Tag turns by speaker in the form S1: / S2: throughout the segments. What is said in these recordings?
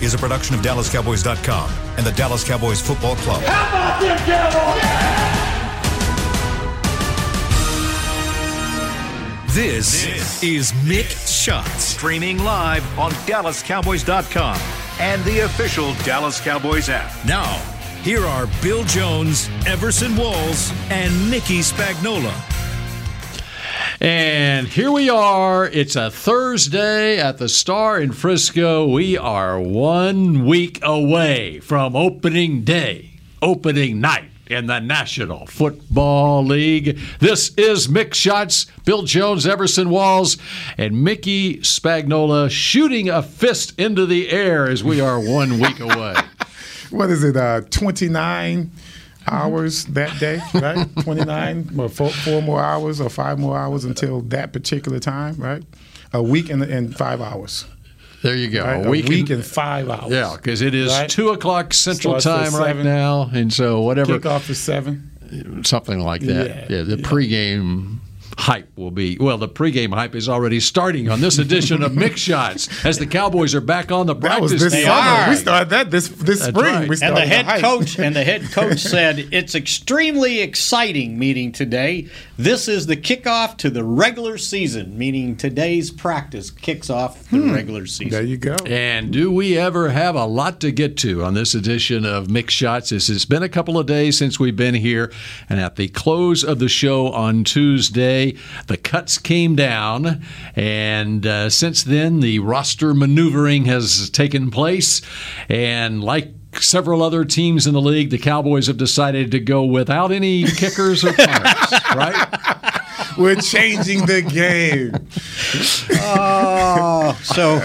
S1: is a production of DallasCowboys.com and the Dallas Cowboys Football Club.
S2: How about them Cowboys?
S3: This, is Mick Shots.
S4: Streaming live on DallasCowboys.com and the official Dallas Cowboys app.
S3: Now, here are Bill Jones, Everson Walls, and Nikki Spagnola.
S5: And here we are. It's a Thursday at the Star in Frisco. We are one week away from opening day, opening night in the National Football League. This is Mick Schatz, Bill Jones, Everson Walls, and Mickey Spagnola shooting a fist into the air as we are one week away.
S6: what is it, uh, 29 hours that day, right? 29, or four, four more hours or five more hours until that particular time, right? A week and, and five hours.
S5: There you go.
S6: right?
S5: A week in-
S6: and five hours.
S5: Yeah, because it is
S6: Right.
S5: two o'clock Central
S6: Starts at
S5: Time right
S6: seven.
S5: now, and so whatever,
S6: Kickoff is seven.
S5: something like that. Yeah,
S6: Yeah,
S5: the pregame hype will be well. The pregame hype is already starting on this edition of Mix Shots as the Cowboys are back on the
S6: That was
S5: practice
S6: this
S7: They
S6: summer.
S7: are.
S6: We started that this this
S5: That's
S6: spring.
S5: right.
S6: We
S5: And
S7: And
S6: started
S7: the head
S6: hype.
S7: coach and the head coach said it's extremely exciting meeting today. This is the kickoff to the regular season, meaning today's practice kicks off
S6: Hmm.
S7: the regular
S6: There
S7: season.
S6: you go.
S5: And do we ever have a lot to get to on this edition of Mix Shots? This has been a couple of days since we've been here, and at the close of the show on Tuesday, the cuts came down, and uh, since then the roster maneuvering has taken place, and like. Several other teams in the league, the Cowboys have decided to go without any kickers or punters, right?
S6: We're changing the game.
S7: Oh, so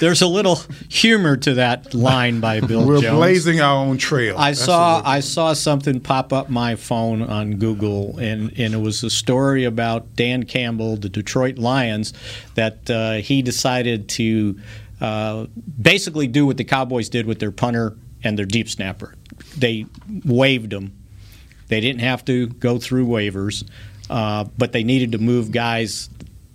S7: there's a little humor to that line by Bill
S6: We're
S7: Jones.
S6: blazing our own trail.
S7: I
S6: That's
S7: saw
S6: what
S7: I saw something pop up my phone on Google, and, and it was a story about Dan Campbell, the Detroit Lions, that uh, he decided to uh, basically do what the Cowboys did with their punter and their deep snapper. They waived them. They didn't have to go through waivers, uh, but they needed to move guys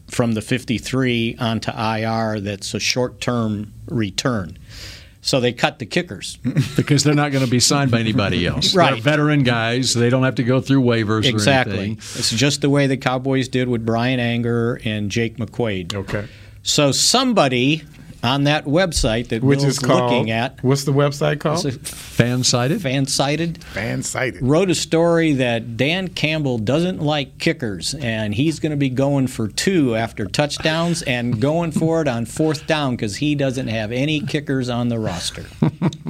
S7: from the 53 onto IR. That's a short-term return. So they cut the kickers.
S5: Because they're not going to be signed by anybody else. They're
S7: Right.
S5: veteran guys. They don't have to go through waivers or
S7: Exactly.
S5: anything.
S7: It's just the way the Cowboys did with Brian Anger and Jake McQuaid.
S6: Okay.
S7: So somebody on that website that
S6: Which
S7: Will's
S6: is called.
S7: looking at,
S6: what's the website
S7: it's
S6: called?
S7: a
S5: Fan sided?
S7: fan cited,
S6: Fan cited.
S7: wrote a story that Dan Campbell doesn't like kickers and he's going to be going for two after touchdowns and going for it on fourth down because he doesn't have any kickers on the roster.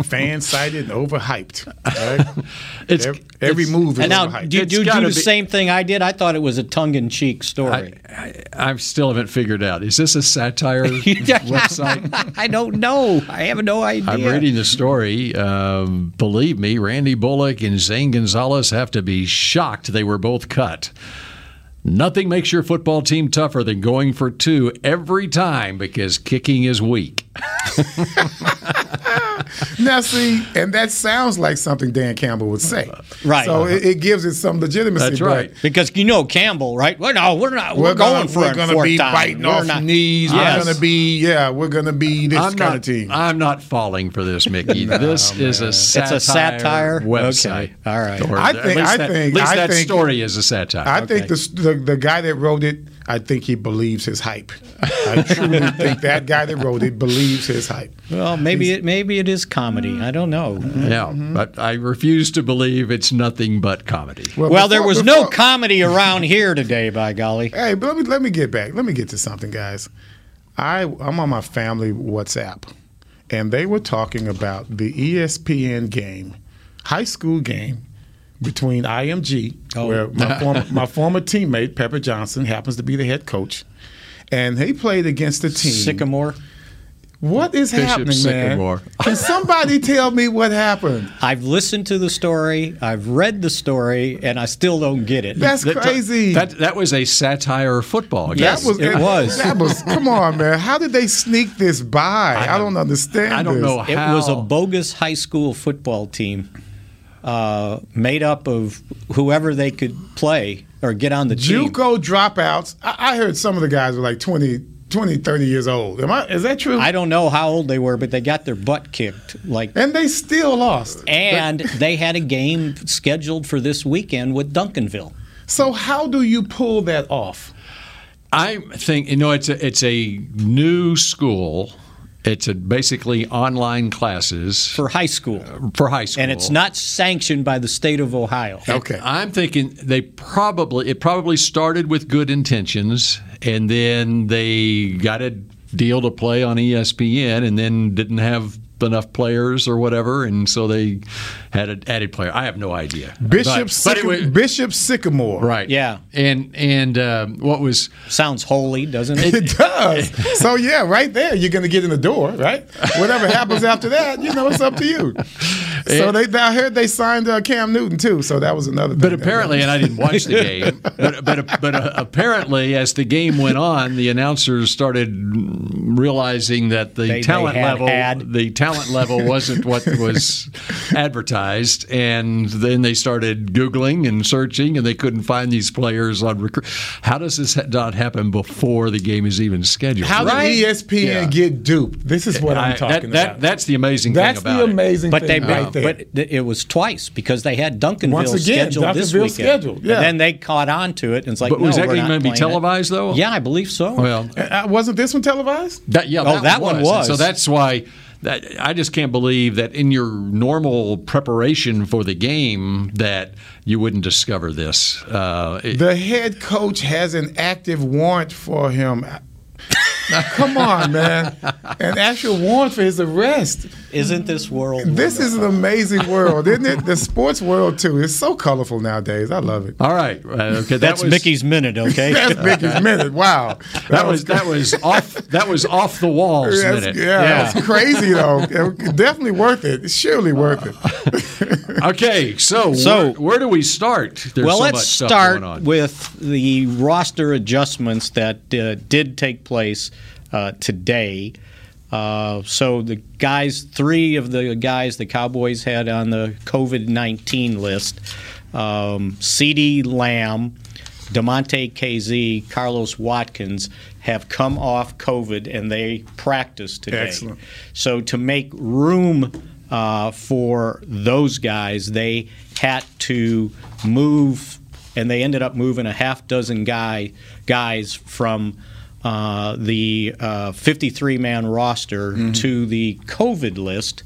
S6: Fan cited and overhyped. all right?
S5: It's
S6: Ev- every
S5: it's-
S6: move is
S7: And now,
S6: overhyped.
S7: do you
S5: It's
S7: do you
S5: gotta
S7: do the
S5: be-
S7: same thing I did? I thought it was a tongue in cheek story.
S5: I still haven't figured out. Is this a satire website?
S7: I don't know. I have no idea.
S5: I'm reading the story. Um, believe me, Randy Bullock and Zane Gonzalez have to be shocked they were both cut. Nothing makes your football team tougher than going for two every time because kicking is weak.
S6: Now, see, and that sounds like something Dan Campbell would say.
S7: Right.
S6: So it, it gives it some legitimacy.
S5: That's
S6: but
S5: right.
S7: Because you know Campbell, right? Well, no, we're not. We're,
S6: We're,
S7: going
S6: gonna,
S7: for
S6: we're
S7: it
S6: gonna
S7: fourth
S6: be
S7: down.
S6: biting
S7: We're
S6: off
S7: not-
S6: knees.
S7: Yes.
S6: We're gonna be yeah. We're gonna be this
S5: I'm
S6: kind
S5: not,
S6: of team.
S5: I'm not falling for this, Mickey. this is a
S7: It's
S5: satire,
S7: a satire?
S5: website.
S7: Okay. All right.
S5: Or
S6: I
S5: at
S6: think-
S5: least
S6: I
S5: that-
S6: think-
S5: at least
S6: I
S5: that
S6: think-
S5: story is a satire.
S6: I think the, the the guy that wrote it, I think he believes his hype. I truly think that guy that wrote it believes his hype.
S7: Well, maybe it maybe it is comedy. I don't know.
S5: Yeah,
S7: Mm-hmm.
S5: but I refuse to believe it's nothing but comedy.
S7: Well, there
S6: before-
S7: was no
S6: before-
S7: comedy around here today, by golly.
S6: Hey, but let me let me get back. Let me get to something, guys. I I'm on my family WhatsApp, and they were talking about the E ESPN game, high school game between IMG,
S5: Oh.
S6: where my former my former teammate Pepper Johnson happens to be the head coach, and he played against the team.
S7: Sycamore.
S6: What is
S5: Bishop
S6: happening,
S5: Sycamore.
S6: man? Can somebody tell me what happened?
S7: I've listened to the story. I've read the story, and I still don't get it.
S6: That's
S5: That- uh,
S6: crazy.
S5: That that was a satire football game.
S7: Yes, it was.
S6: That was. Come on, man. How did they sneak this by? I, don't understand.
S5: I don't
S6: this.
S5: know
S7: It
S5: how.
S7: was a bogus high school football team uh, made up of whoever they could play or get on the team.
S6: JUCO dropouts. I, I heard some of the guys were like 20, 20, 30 years old. Am I? Is that true?
S7: I don't know how old they were, but they got their butt kicked. Like,
S6: and they still lost.
S7: and they had a game scheduled for this weekend with Duncanville.
S6: So how do you pull that off?
S5: I think you know it's a, it's a new school. It's a basically online classes
S7: for high school.
S6: Uh,
S5: for high school,
S7: And it's not sanctioned by the state of Ohio.
S6: Okay.
S5: I'm thinking they probably it probably started with good intentions, and then they got a deal to play on E ESPN, and then didn't have enough players or whatever, and so they had an added player. I have no idea.
S6: Bishop,
S5: But- but it
S6: Sycam-
S5: was-
S6: Bishop Sycamore.
S5: right?
S7: Yeah.
S5: and and um, what was
S7: Sounds holy, doesn't it?
S6: It does. so yeah, right there, you're gonna get in the door, right? Whatever happens after that, you know, it's up to you. So they, I heard they signed uh, Cam Newton too. So that was another. Thing
S5: But
S6: that-
S5: apparently, and I didn't watch the game. But but but uh, apparently, as the game went on, the announcers started realizing that the
S7: They-
S5: talent
S7: they had
S5: level
S7: had.
S5: the talent level wasn't what was advertised, and then they started googling and searching, and they couldn't find these players on recruit. How does this ha- not happen before the game is even scheduled?
S6: how
S5: Right?
S6: did E ESPN
S5: Yeah.
S6: get duped? This is what I, am
S5: I-
S6: talking
S5: that, that-
S6: about.
S5: that's the amazing
S6: That's
S5: thing about
S6: the
S5: it.
S6: amazing
S7: But they
S6: thing right there.
S7: but th- it was twice because they had Duncanville
S6: Once again,
S7: scheduled this
S6: Duncanville
S7: weekend.
S6: scheduled, yeah.
S7: And then they caught on to it and it's like,
S5: But
S7: no,
S5: was that
S7: we're
S5: game
S7: not
S5: going to be
S7: playing it.
S5: televised though?
S7: Yeah, I believe so.
S5: Well,
S6: Uh, wasn't this one televised?
S5: That yeah,
S7: Oh, that one was.
S5: So that's why that I just can't believe that in your normal preparation for the game that you wouldn't discover this. Uh, it-
S6: The head coach has an active warrant for him. Now, come on, man. An actual warrant for his arrest.
S7: Isn't this world?
S6: This is an amazing world, isn't it? The sports world, too. It's so colorful nowadays. I love it.
S5: all right, uh, okay, that
S7: That's
S5: was,
S7: Mickey's minute, okay?
S6: That's Mickey's minute. Wow. That,
S5: That was that was off that was off the walls
S6: that's-
S5: minute.
S6: yeah, that's crazy, though. It- Definitely worth it. Surely
S5: Uh,
S6: worth it.
S5: Okay, so
S7: So-
S5: where, where do we start? There's
S7: well,
S5: so
S7: let's
S5: much stuff
S7: start
S5: going on.
S7: with the roster adjustments that uh, did take place uh, today. Uh, so the guys, three of the guys the Cowboys had on the COVID nineteen list: um, C.D. Lamb, Demonte KZ, Carlos Watkins have come off COVID and they practiced today.
S6: Excellent.
S7: So to make room uh, for those guys, they had to move, and they ended up moving a half dozen guy guys from uh, the 53 man roster
S6: Mm-hmm.
S7: to the COVID list.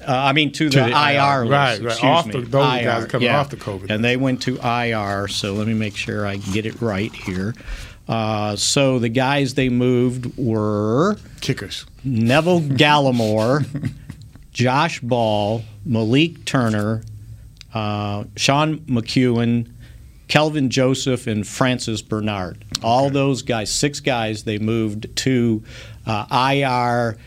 S7: Uh, I mean, to, the,
S5: the
S7: IR
S6: Right,
S7: list.
S6: right.
S7: excuse
S6: Off
S7: me.
S6: the- those guys
S7: IR,
S6: coming
S7: yeah.
S6: off the COVID
S7: And they went to IR, so let me make sure I get it right here. Uh, so the guys they moved were
S6: Kickers.
S7: Neville Gallimore, Josh Ball, Malik Turner, uh, Sean McEwen, Kelvin Joseph, and Francis Bernard. All those guys, six guys, they moved to uh, IR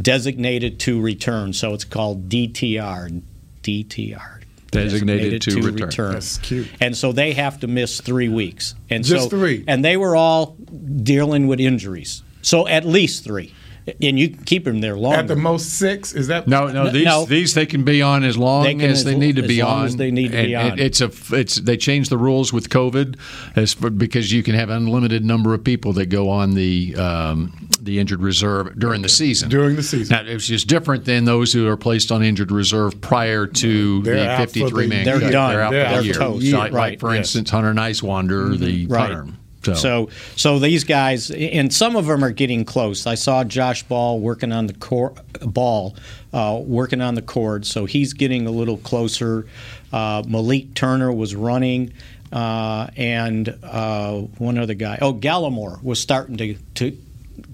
S7: designated to return. So it's called DTR. DTR.
S5: Designated to return.
S6: That's cute.
S7: And so they have to miss three weeks. And
S6: Just
S7: so,
S6: three.
S7: And they were all dealing with injuries. So at least three. And you can keep them there longer.
S6: At the most six, is that?
S5: No, no,
S7: No,
S5: these
S7: no.
S5: these they can be on as long
S7: They can
S5: as
S7: as
S5: they
S7: l-
S5: need to
S7: as
S5: be
S7: long
S5: on.
S7: as they need to be
S5: And
S7: on.
S5: it- it's a f- it's they changed the rules with COVID as for, because you can have unlimited number of people that go on the um, the injured reserve during the season.
S6: During the season.
S5: Now, it's just different than those who are placed on injured reserve prior to
S6: They're
S5: the
S6: out for the
S5: 53 man.
S7: They're
S5: cut.
S7: done.
S5: They're out
S6: They're
S5: for
S6: out
S5: the year.
S6: for the
S5: So,
S6: year. Mm-hmm.
S5: Like,
S7: Right,
S5: for
S7: yes.
S5: instance, Hunter Nicewander, the punter.
S7: So. so these guys, and some of them are getting close. I saw Josh Ball working on the cor- ball, uh, working on the cord, so he's getting a little closer. Uh, Malik Turner was running, uh, and uh, one other guy, oh Gallimore was starting to. to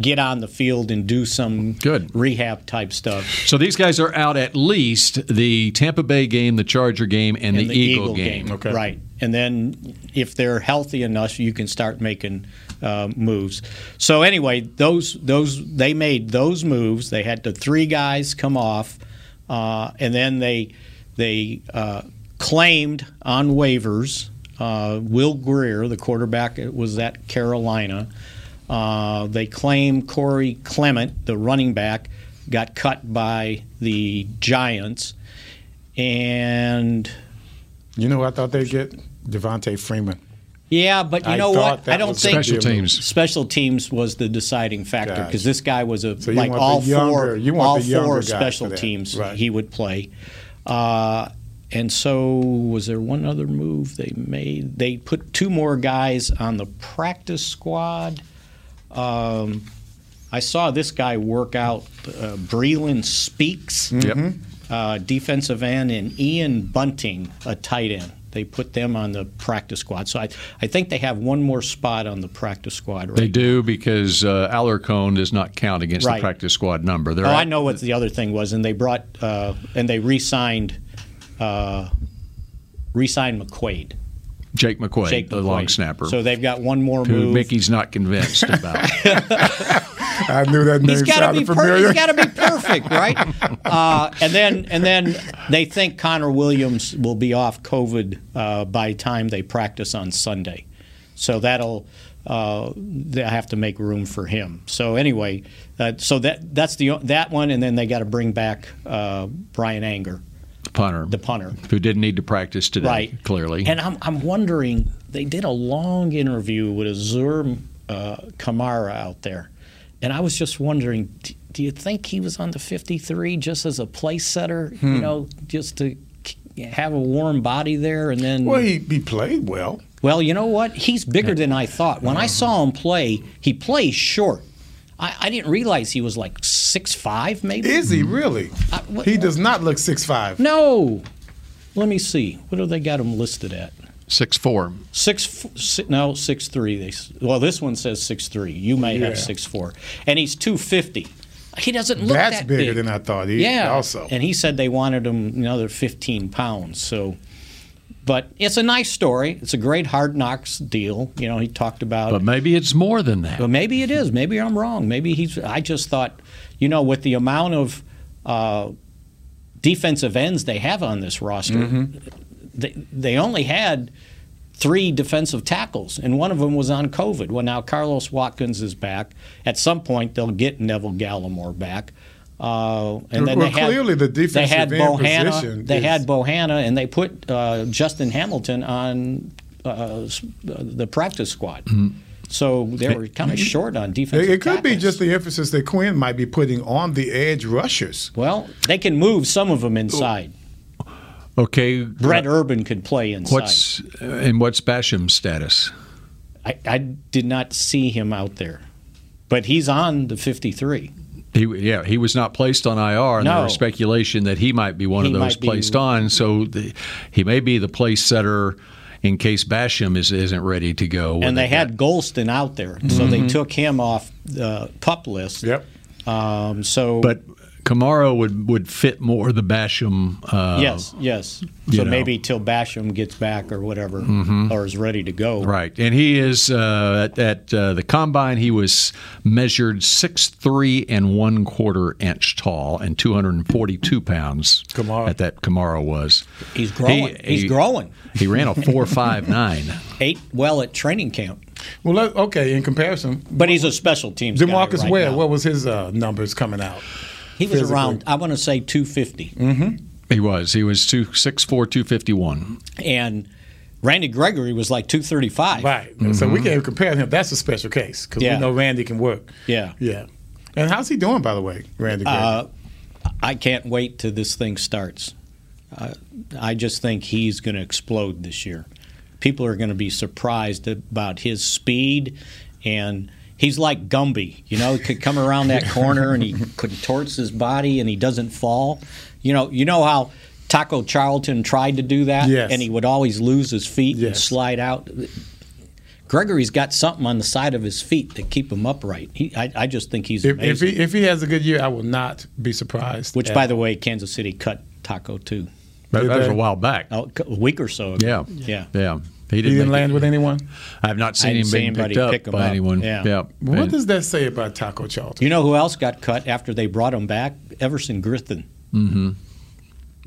S7: Get on the field and do some
S5: Good.
S7: rehab type stuff.
S5: So these guys are out at least the Tampa Bay game, the Charger game, and,
S7: in
S5: the, Eagle, game.
S6: Okay.
S7: Right. And then if they're healthy enough, you can start making uh, moves. So anyway, those those they made those moves. They had the three guys come off, uh, and then they they uh, claimed on waivers uh, Will Greer, the quarterback, it was at Carolina. Uh, they claim Corey Clement, the running back, got cut by the Giants. And
S6: You know, who I thought they'd get Devontae Freeman.
S7: Yeah, but you
S6: I
S7: know
S6: thought
S7: what?
S6: that
S7: I don't
S6: was
S7: think
S5: Special teams.
S7: Special teams was the deciding factor
S6: Gotcha.
S7: because this guy was a
S6: So you
S7: like
S6: want the
S7: all
S6: younger-
S7: four
S6: you want
S7: all
S6: the younger
S7: four
S6: guy for
S7: special
S6: that.
S7: teams
S6: Right.
S7: he would play. Uh, and so was there one other move they made? They put two more guys on the practice squad. Um, I saw this guy work out uh, Breland Speaks
S5: Yep.
S7: uh, defensive end, and Ian Bunting, a tight end. They put them on the practice squad. So I, I think they have one more spot on the practice squad, right?
S5: They do because uh, Alarcon does not count against the
S7: Right.
S5: practice squad number. They're
S7: Oh, I
S5: at-
S7: know what the other thing was, and they brought uh, and they re-signed, uh, re-signed McQuaid,
S5: Jake McQuaid,
S7: Jake
S5: the
S7: McQuaid.
S5: long snapper,
S7: So they've got one more
S5: who
S7: move.
S5: Mickey's not convinced about.
S6: I knew that name
S7: He's got to
S6: sounded
S7: be per-
S6: familiar.
S7: he's got to be perfect, right? Uh, and then and then they think Connor Williams will be off COVID uh, by time they practice on Sunday, so that'll uh, they'll have to make room for him. So anyway, uh, so that that's the o- that one, and then they got to bring back uh, Brian Anger,
S5: punter,
S7: the punter.
S5: who didn't need to practice today,
S7: Right.
S5: clearly.
S7: And I'm, I'm wondering, they did a long interview with Azur uh, Kamara out there. And I was just wondering, d- do you think he was on the 53 just as a place setter,
S6: Hmm.
S7: you know, just to k- have a warm body there and then
S6: well, he, he played well.
S7: well, you know what? He's bigger than I thought. When
S6: Uh-huh.
S7: I saw him play, he plays short. I, I didn't realize he was like six five, maybe.
S6: Is he really?
S7: what-
S6: he does not look six five.
S7: no. Let me see. What do they got him listed at?
S2: Six four.
S7: Six, f- si no six three. They s- well, this one says six three. You may
S6: Yeah.
S7: have six four, and he's two fifty. He doesn't look
S6: That's
S7: that
S6: bigger
S7: big.
S6: than I thought. He,
S7: yeah.
S6: Also,
S7: and he said they wanted him another fifteen pounds. So, but it's a nice story. It's a great hard knocks deal. You know, he talked about.
S5: But maybe it's more than that.
S7: But maybe it is. Maybe I'm wrong. Maybe he's. I just thought, you know, with the amount of uh, defensive ends they have on this roster,
S6: Mm-hmm.
S7: they, they only had three defensive tackles, and one of them was on COVID. Well, now Carlos Watkins is back. At some point, they'll get Neville Gallimore back. Uh, and then
S6: Well,
S7: they had,
S6: clearly the
S7: they had
S6: defensive end
S7: Bohanna,
S6: position
S7: They
S6: is-
S7: had Bohanna, and they put uh, Justin Hamilton on uh, s- uh, the practice squad. So they were kind of short on defense.
S6: Mm-hmm. it, it could be just the emphasis that Quinn might be putting on the edge rushers.
S7: well, they can move some of them inside.
S6: Oh.
S5: Okay, uh,
S7: Brett Urban could play inside.
S5: what's and what's Basham's status?
S7: I, I did not see him out there, but he's on the 53.
S5: He, yeah, he was not placed on IR, and there
S7: No.
S5: was speculation that he might be one
S7: He
S5: of those
S7: might be-
S5: placed on. So the, he may be the place setter in case Basham is, isn't ready to go. when
S7: and they
S5: got-
S7: had Golston out there, so they took him off the pup list.
S6: Mm-hmm. Yep.
S7: Um, so,
S5: but Kamara would would fit more the Basham. Uh,
S7: yes, yes.
S5: you
S7: So
S5: know.
S7: maybe till Basham gets back or whatever,
S6: Mm-hmm.
S7: or is ready to go.
S5: Right, and he is uh, at, at uh, the combine. He was measured six three and one quarter inch tall and two hundred and forty two pounds.
S6: Kamara.
S5: at that Kamara was.
S7: He's growing. He's growing.
S5: He ran a four five nine.
S7: Ate well at training camp,
S6: Well, let, okay. In comparison,
S7: but he's a special teams guy
S6: Demarcus
S7: right
S6: Ware,
S7: now.
S6: what was his uh, numbers coming out?
S7: he was
S6: physically? Mm.
S7: around. I want to say 250,
S5: He was. He was two six four two fifty one.
S7: and Randy Gregory was like 235.
S6: Right. So we can compare him. That's a special case because
S7: Mm-hmm. Yeah.
S6: we know Randy can work.
S7: Yeah. Uh,
S6: Yeah. And how's he doing, by the way, Randy? Gregory?
S7: I can't wait till this thing starts. Uh, I just think he's going to explode this year. People are going to be surprised about his speed, and he's like Gumby. You know, he could come around that corner and he contorts his body and he doesn't fall. You know, you know how Taco Charlton tried to do that,
S6: Yes.
S7: and he would always lose his feet and
S6: Yes.
S7: slide out. Gregory's got something on the side of his feet to keep him upright. He, I, I just think he's
S6: if,
S7: amazing.
S6: if he if he has a good year, I will not be surprised.
S7: Which,
S6: at-
S7: by the way, Kansas City cut Taco too.
S5: That,
S6: Did
S5: that was
S6: they?
S5: a while back.
S7: Oh, c- a week or so
S5: Yeah,
S7: ago. Yeah.
S5: yeah.
S6: he didn't
S5: make it.
S6: land with anyone.
S5: I've not seen
S7: I
S5: him
S7: didn't see
S5: being
S7: anybody
S5: picked up
S7: pick him
S5: by
S7: up.
S5: anyone.
S7: Yeah.
S6: What
S5: And-
S6: does that say about Taco Charlton?
S7: You know who else got cut after they brought him back? Everson Grithen.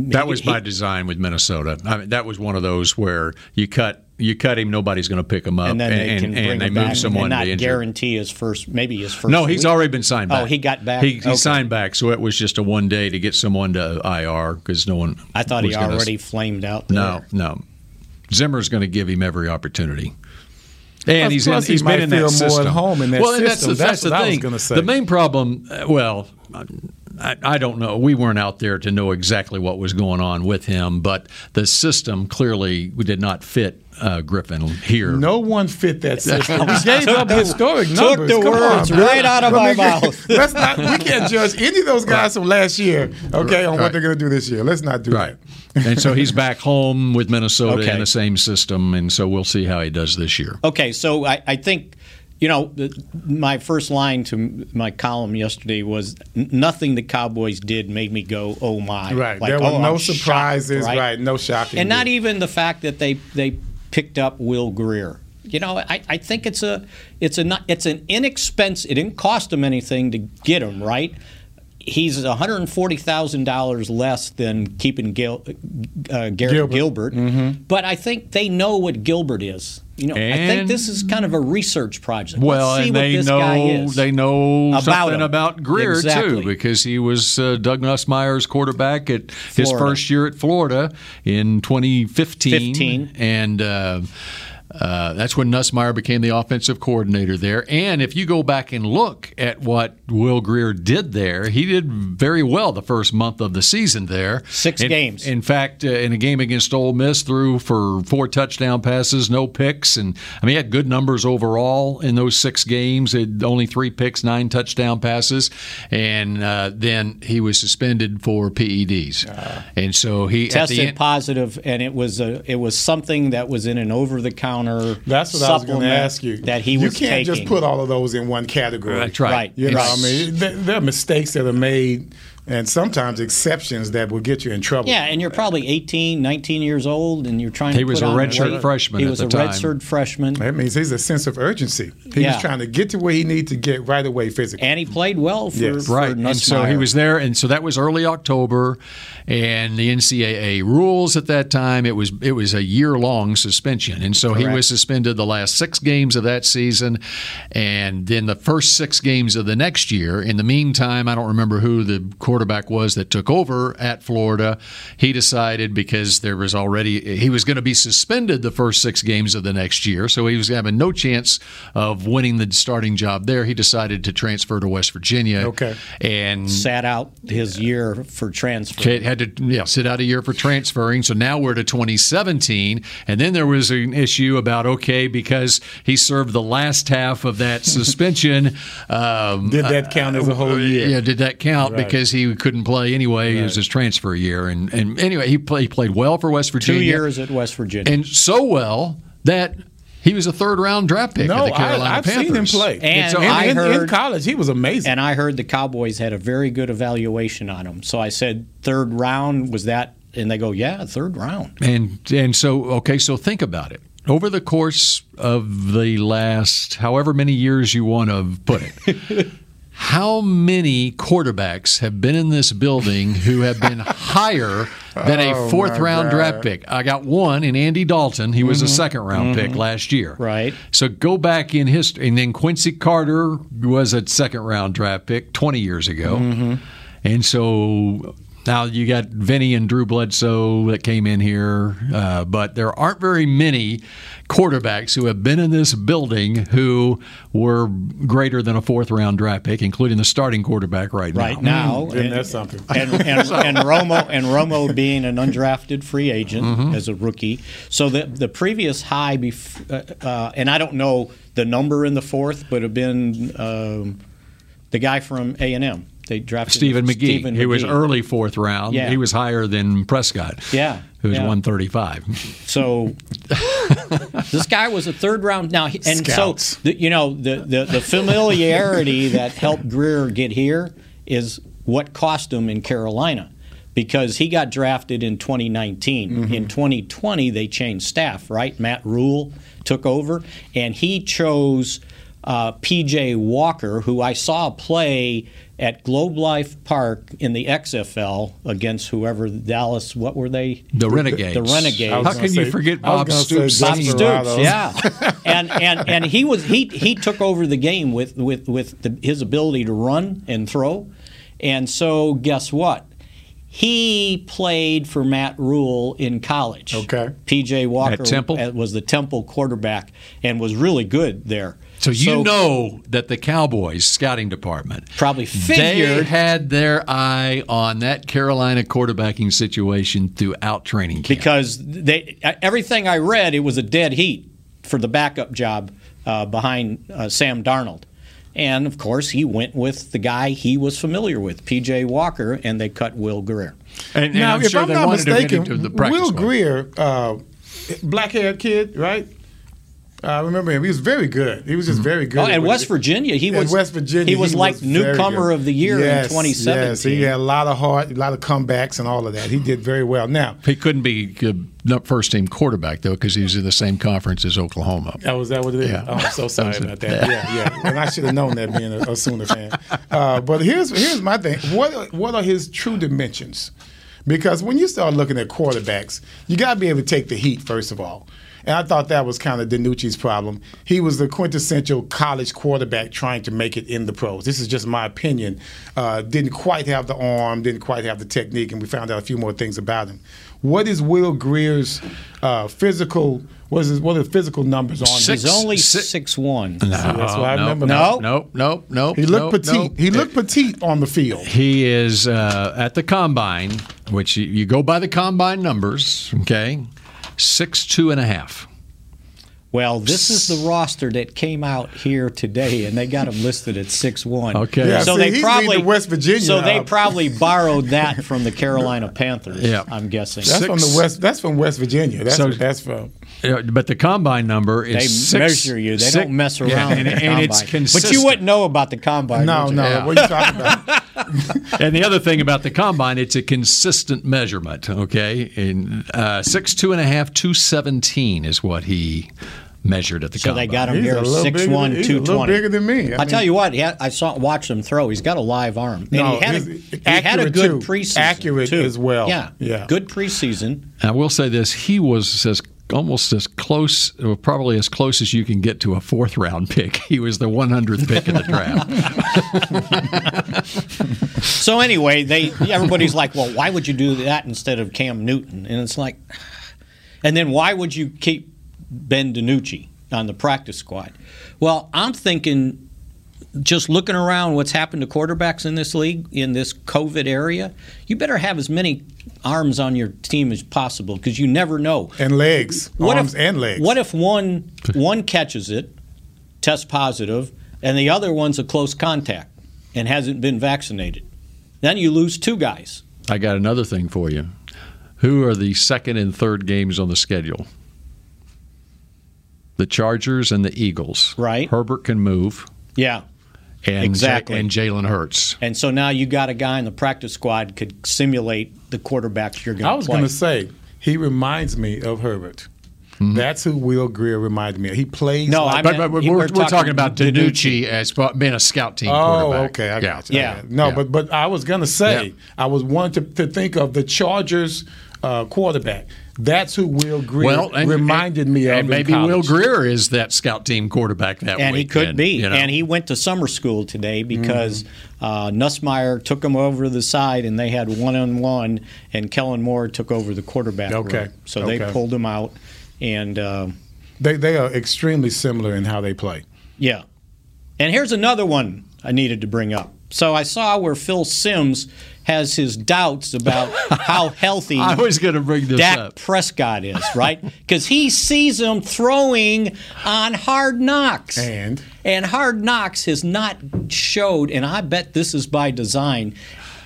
S5: That was
S7: He-
S5: by design with Minnesota. I mean, that was one of those where you cut you cut him, nobody's going to pick him up,
S7: And then they can
S5: Uh, and,
S7: bring
S5: they
S7: him
S5: move
S7: back
S5: someone
S7: and not
S5: to injury.
S7: guarantee his first, maybe his first.
S5: No, he's
S7: week.
S5: already been signed back.
S7: Oh, he got back.
S5: He, he
S7: Okay.
S5: signed back, so it was just a one day to get someone to IR because no one.
S7: I thought he
S5: was gonna-
S7: already flamed out. There.
S5: No, no. Zimmer's going to give him every opportunity. And
S6: Plus-
S5: he's,
S6: plus
S5: in,
S6: he
S5: he's
S6: might
S5: been in that
S6: feel more at
S5: system.
S6: home in that
S5: well, and that's
S6: system.
S5: the,
S6: That's
S5: the
S6: what I was
S5: thing.
S6: gonna say.
S5: The main problem, uh, well, I, I don't know. We weren't out there to know exactly what was going on with him, but the system clearly did not fit uh, Griffin here.
S6: No one fit that system. We gave up historic
S7: Took
S6: numbers.
S7: the
S6: Come on,
S7: words
S6: man.
S7: right out of
S6: Let
S7: my
S6: me-
S7: mouth.
S6: Let's not. We can't judge any of those guys from last year. Okay, on what they're going to do this year. Let's not do
S5: Right. and so he's back home with Minnesota
S7: Okay.
S5: in the same system, and so we'll see how he does this year.
S7: Okay, so I, I think, you know, the, my first line to m- my column yesterday was "N- nothing the Cowboys did made me go, oh my.
S6: that. Right.
S7: Like,
S6: there were
S7: oh,
S6: no
S7: I'm shocked,
S6: surprises. right? No shocking.
S7: And not
S6: news.
S7: even the fact that they they picked up Will Greer. You know, I, I think it's a it's a not, it's an inexpensive. It didn't cost them anything to get him right. He's one hundred and forty thousand dollars less than keeping Gil, uh, Garrett Gilbert.
S5: Mm-hmm.
S7: But I think they know what Gilbert is. You know, I think
S5: And-
S7: this is kind of a research project.
S5: Well,
S7: Let's see
S5: and
S7: what
S5: they
S7: this guy
S5: know
S7: is.
S5: they know
S7: About
S5: something
S7: him.
S5: about Greer
S7: Exactly.
S5: too, because he was uh, Doug Nussmeier's quarterback at his
S7: Florida.
S5: first year at Florida in 2015,
S7: 15.
S5: and. Uh, uh, that's when Nussmeier became the offensive coordinator there. And if you go back and look at what Will Greer did there, he did very well the first month of the season there.
S7: Six
S5: In-
S7: games.
S5: In fact, uh, in a game against Ole Miss, threw for four touchdown passes, no picks, and I mean, he had good numbers overall in those six games. Had only three picks, nine touchdown passes, and uh, then he was suspended for PEDs, and so he at the
S7: tested
S5: end-
S7: positive, and it was a it was something that was in an over the counter.
S6: That's what I was going to ask you.
S7: That he
S6: you
S7: was
S6: can't
S7: taking.
S6: just put all of those in one category.
S5: That's right.
S7: Right.
S6: You know,
S5: It's-
S6: what I mean, there, there are mistakes that are made, and sometimes exceptions that will get you in trouble.
S7: Yeah, and you're probably 18, 19 years old, and you're trying
S5: He
S7: to.
S5: was
S7: put
S5: a
S7: on
S5: redshirt
S7: weight.
S5: freshman
S7: He
S5: at
S7: was
S5: the
S7: a
S5: time.
S7: redshirt freshman,
S6: That means he's a sense of urgency. He
S7: Yeah.
S6: was trying to get to where he needed to get right away physically.
S7: and he played well for,
S6: Yes.
S7: for
S5: right. And so he
S7: Nussmeier.
S5: was there, and so that was early October, and the NCAA rules at that time it was it was a year long suspension, and so he was suspended the last six games of that season, and then the first six games of the next year. In the meantime, I don't remember who the quarterback was that took over at Florida. He decided because there was already he was going to be suspended the first six games of the next year, so he was having no chance of winning the starting job there. He decided to transfer to West Virginia.
S6: Okay.
S5: And
S7: sat out his year for transfer.
S5: it had to yeah, sit out a year for transferring. So now we're to 2017. And then there was an issue about, okay, because he served the last half of that suspension. Um,
S6: Did that count as a whole year?
S5: yeah, did that count? Because he couldn't play anyway. It was his transfer year. And, and anyway, he, play, he played well for West
S7: Two
S5: Virginia.
S7: years at West Virginia,
S5: And so well that he was a third round draft pick
S6: No,
S5: of the Carolina
S6: I, I've
S5: Panthers.
S6: seen him play.
S7: And
S6: in,
S7: I
S6: in- in
S7: heard-
S6: college, he was amazing.
S7: and I heard the Cowboys had a very good evaluation on him. So I said, third round was that, and they go, yeah, third round.
S5: And and so okay, so think about it. Over the course of the last however many years you want to put it. How many quarterbacks have been in this building who have been higher than a fourth round draft pick? I got one in Andy Dalton. He was a second round pick last year.
S7: Right.
S5: So go back in history. And then Quincy Carter was a second round draft pick 20 years ago. And so now you got Vinny and Drew Bledsoe that came in here, uh, but there aren't very many quarterbacks who have been in this building who were greater than a fourth round draft pick, including the starting quarterback right,
S7: Right
S5: now.
S7: now,
S6: Mm-hmm. Isn't
S7: and-
S6: that something?
S7: and, and, and Romo and Romo being an undrafted free agent
S5: Mm-hmm.
S7: as a rookie. So the the previous high, bef- uh, uh, and I don't know the number in the fourth, but have been um, the guy from A and M. They drafted
S5: Stephen McGee.
S7: Stephen
S5: he was
S7: McGee.
S5: early fourth round.
S7: Yeah.
S5: He was higher than Prescott.
S7: Yeah,
S5: Who's
S7: yeah.
S5: 135.
S7: So this guy was a third round now, he- and
S6: Scouts.
S7: so the, you know the, the the familiarity that helped Greer get here is what cost him in Carolina, because he got drafted in 2019. In 2020, they changed staff. Right, Matt Rule took over, and he chose. Uh, PJ Walker, who I saw play at Globe Life Park in the XFL against whoever Dallas, what were they?
S5: The Renegades.
S7: The Renegades.
S6: I was
S5: How
S6: gonna
S5: can you forget
S6: I was
S5: Bob
S6: gonna
S5: Stoops?
S6: say
S7: Bob
S6: Denver
S7: Stoops,
S6: Broncos.
S7: yeah, and and and he was he he took over the game with with with the, his ability to run and throw, and so guess what? He played for Matt Rule in college.
S6: Okay.
S7: PJ Walker
S5: Temple?
S7: was the Temple quarterback and was really good there.
S5: So you know that the Cowboys scouting department
S7: Probably
S5: they
S7: figured.
S5: had their eye on that Carolina quarterbacking situation throughout training camp.
S7: because they uh, everything I read, it was a dead heat for the backup job uh, behind uh, Sam Darnold, and of course he went with the guy he was familiar with, P.J. Walker, and they cut Will Greer.
S5: and, and
S6: now,
S5: I'm
S6: if
S5: sure
S6: I'm
S5: they
S6: not
S5: wanted to get
S6: mistaken,
S5: into the practice
S6: Will
S5: squad.
S6: Greer, uh, black-haired kid, right? I remember him. He was very good. He was
S5: Mm-hmm.
S6: just very good.
S7: Oh, and
S6: But-
S7: West Virginia, he
S6: At
S7: was
S6: West Virginia.
S7: He was like
S6: very
S7: newcomer
S6: good.
S7: of the year
S6: Yes,
S7: in 2017.
S6: Yes, he had a lot of heart, a lot of comebacks, and all of that. He did very well. Now,
S5: He couldn't be uh, not first team quarterback though because he was in the same conference as Oklahoma.
S6: Oh, is that what it is?
S5: Yeah.
S6: Oh, I'm so sorry
S5: That was
S6: about
S5: it.
S6: that. Yeah, yeah. And I should have known that being a, a Sooner fan. Uh, but here's here's my thing. What are, what are his true dimensions? Because when you start looking at quarterbacks, you got to be able to take the heat first of all. And I thought that was kind of DiNucci's problem. He was the quintessential college quarterback trying to make it in the pros. This is just my opinion. Uh, didn't quite have the arm, didn't quite have the technique, and we found out a few more things about him. What is Will Greer's uh, physical? What is his, what are the physical numbers on him?
S7: He's only six one.
S6: That's what I remember.
S7: no.
S6: now.
S5: Nope, nope, nope.
S6: He looked
S5: nope,
S6: petite.
S5: nope.
S6: He looked petite on the field.
S5: He is uh, at the combine, which you, you go by the combine numbers, okay? Six, two and a half.
S7: Well, this is the roster that came out here today, and they got him listed at six one.
S5: Okay. Yeah,
S6: see, he's leading West Virginia
S7: So they
S6: up.
S7: probably borrowed that from the Carolina Panthers.
S5: Yeah.
S7: I'm guessing.
S6: That's from the west. That's from West Virginia. That's
S5: So-
S6: that's from.
S5: Uh, But the combine number is
S7: They
S5: six.
S7: measure you. They
S5: six-
S7: don't mess around.
S5: Yeah,
S7: with
S5: and,
S7: the
S5: and it's
S7: combine.
S5: consistent.
S7: But you wouldn't know about the combine.
S6: No,
S7: would you?
S6: no.
S5: Yeah.
S6: What are you talking about?
S5: And the other thing about the combine, it's a consistent measurement. Okay, and uh, six, two and a half, two seventeen is what he measured at the
S7: So
S5: combine.
S7: they got him
S6: He's
S7: here,
S6: a little bigger
S7: six
S6: than-
S7: one,
S6: he's a
S7: two
S6: little
S7: twenty.
S6: bigger than me. I
S7: I, tell
S6: mean-
S7: you what, he had, I saw watched him throw. He's got a live arm, and
S6: No,
S7: he had a,
S6: he's
S7: he had a
S6: accurate,
S7: good
S6: too.
S7: preseason,
S6: Accurate
S7: too.
S6: as well.
S7: Yeah,
S6: Yeah.
S7: good preseason.
S5: I will say this: he was as almost as close, or probably as close as you can get to a fourth round pick. He was the 100th pick in the draft.
S7: So anyway, they everybody's like, well, why would you do that instead of Cam Newton? And it's like, and then why would you keep Ben DiNucci on the practice squad? Well, I'm thinking, just looking around, what's happened to quarterbacks in this league in this COVID area? You better have as many arms on your team as possible because you never know.
S6: And legs, arms
S7: if,
S6: and legs.
S7: What if one one catches it, tests positive, and the other one's a close contact and hasn't been vaccinated? Then you lose two guys.
S5: I got another thing for you. Who are the second and third games on the schedule? The Chargers and the Eagles.
S7: Right.
S5: Herbert can move.
S7: Yeah.
S5: And
S7: Exactly.
S5: and Jalen Hurts.
S7: And so now you got a guy in the practice squad could simulate the quarterbacks you're going to
S6: I was
S7: play.
S6: going to say he reminds me of Herbert.
S5: Hmm.
S6: That's who Will Greer reminded me of. He plays.
S7: No,
S6: like-
S7: I mean-
S5: But, but we're,
S7: you were
S5: we're talking,
S7: talking
S5: about
S7: DiNucci.
S5: Danucci as far- being a scout team
S6: Oh,
S5: quarterback.
S6: okay. I
S5: Yeah.
S6: got you. I
S7: Yeah.
S6: got you. No,
S5: Yeah.
S6: but but I was gonna say
S5: Yeah.
S6: I was wanting to, to think of the Chargers uh, quarterback. That's who Will Greer
S5: Well, and,
S6: reminded
S5: and-
S6: me of.
S5: and
S6: in
S5: maybe Will
S6: college.
S5: Greer is that scout team quarterback that
S7: and he
S5: weekend.
S7: could be.
S5: you know?
S7: And he went to summer school today because
S6: Mm-hmm.
S7: uh, Nussmeyer took him over to the side, and they had one on one, and Kellen Moore took over the quarterback.
S6: Okay.
S7: role. So
S6: Okay.
S7: they pulled him out, and uh,
S6: They they are extremely similar in how they play.
S7: yeah. And here's another one I needed to bring up. So I saw where Phil Sims has his doubts about how healthy
S5: I was going to bring this
S7: Dak
S5: up.
S7: Prescott is, right? Because he sees him throwing on hard knocks.
S6: And?
S7: And hard knocks has not showed, and I bet this is by design,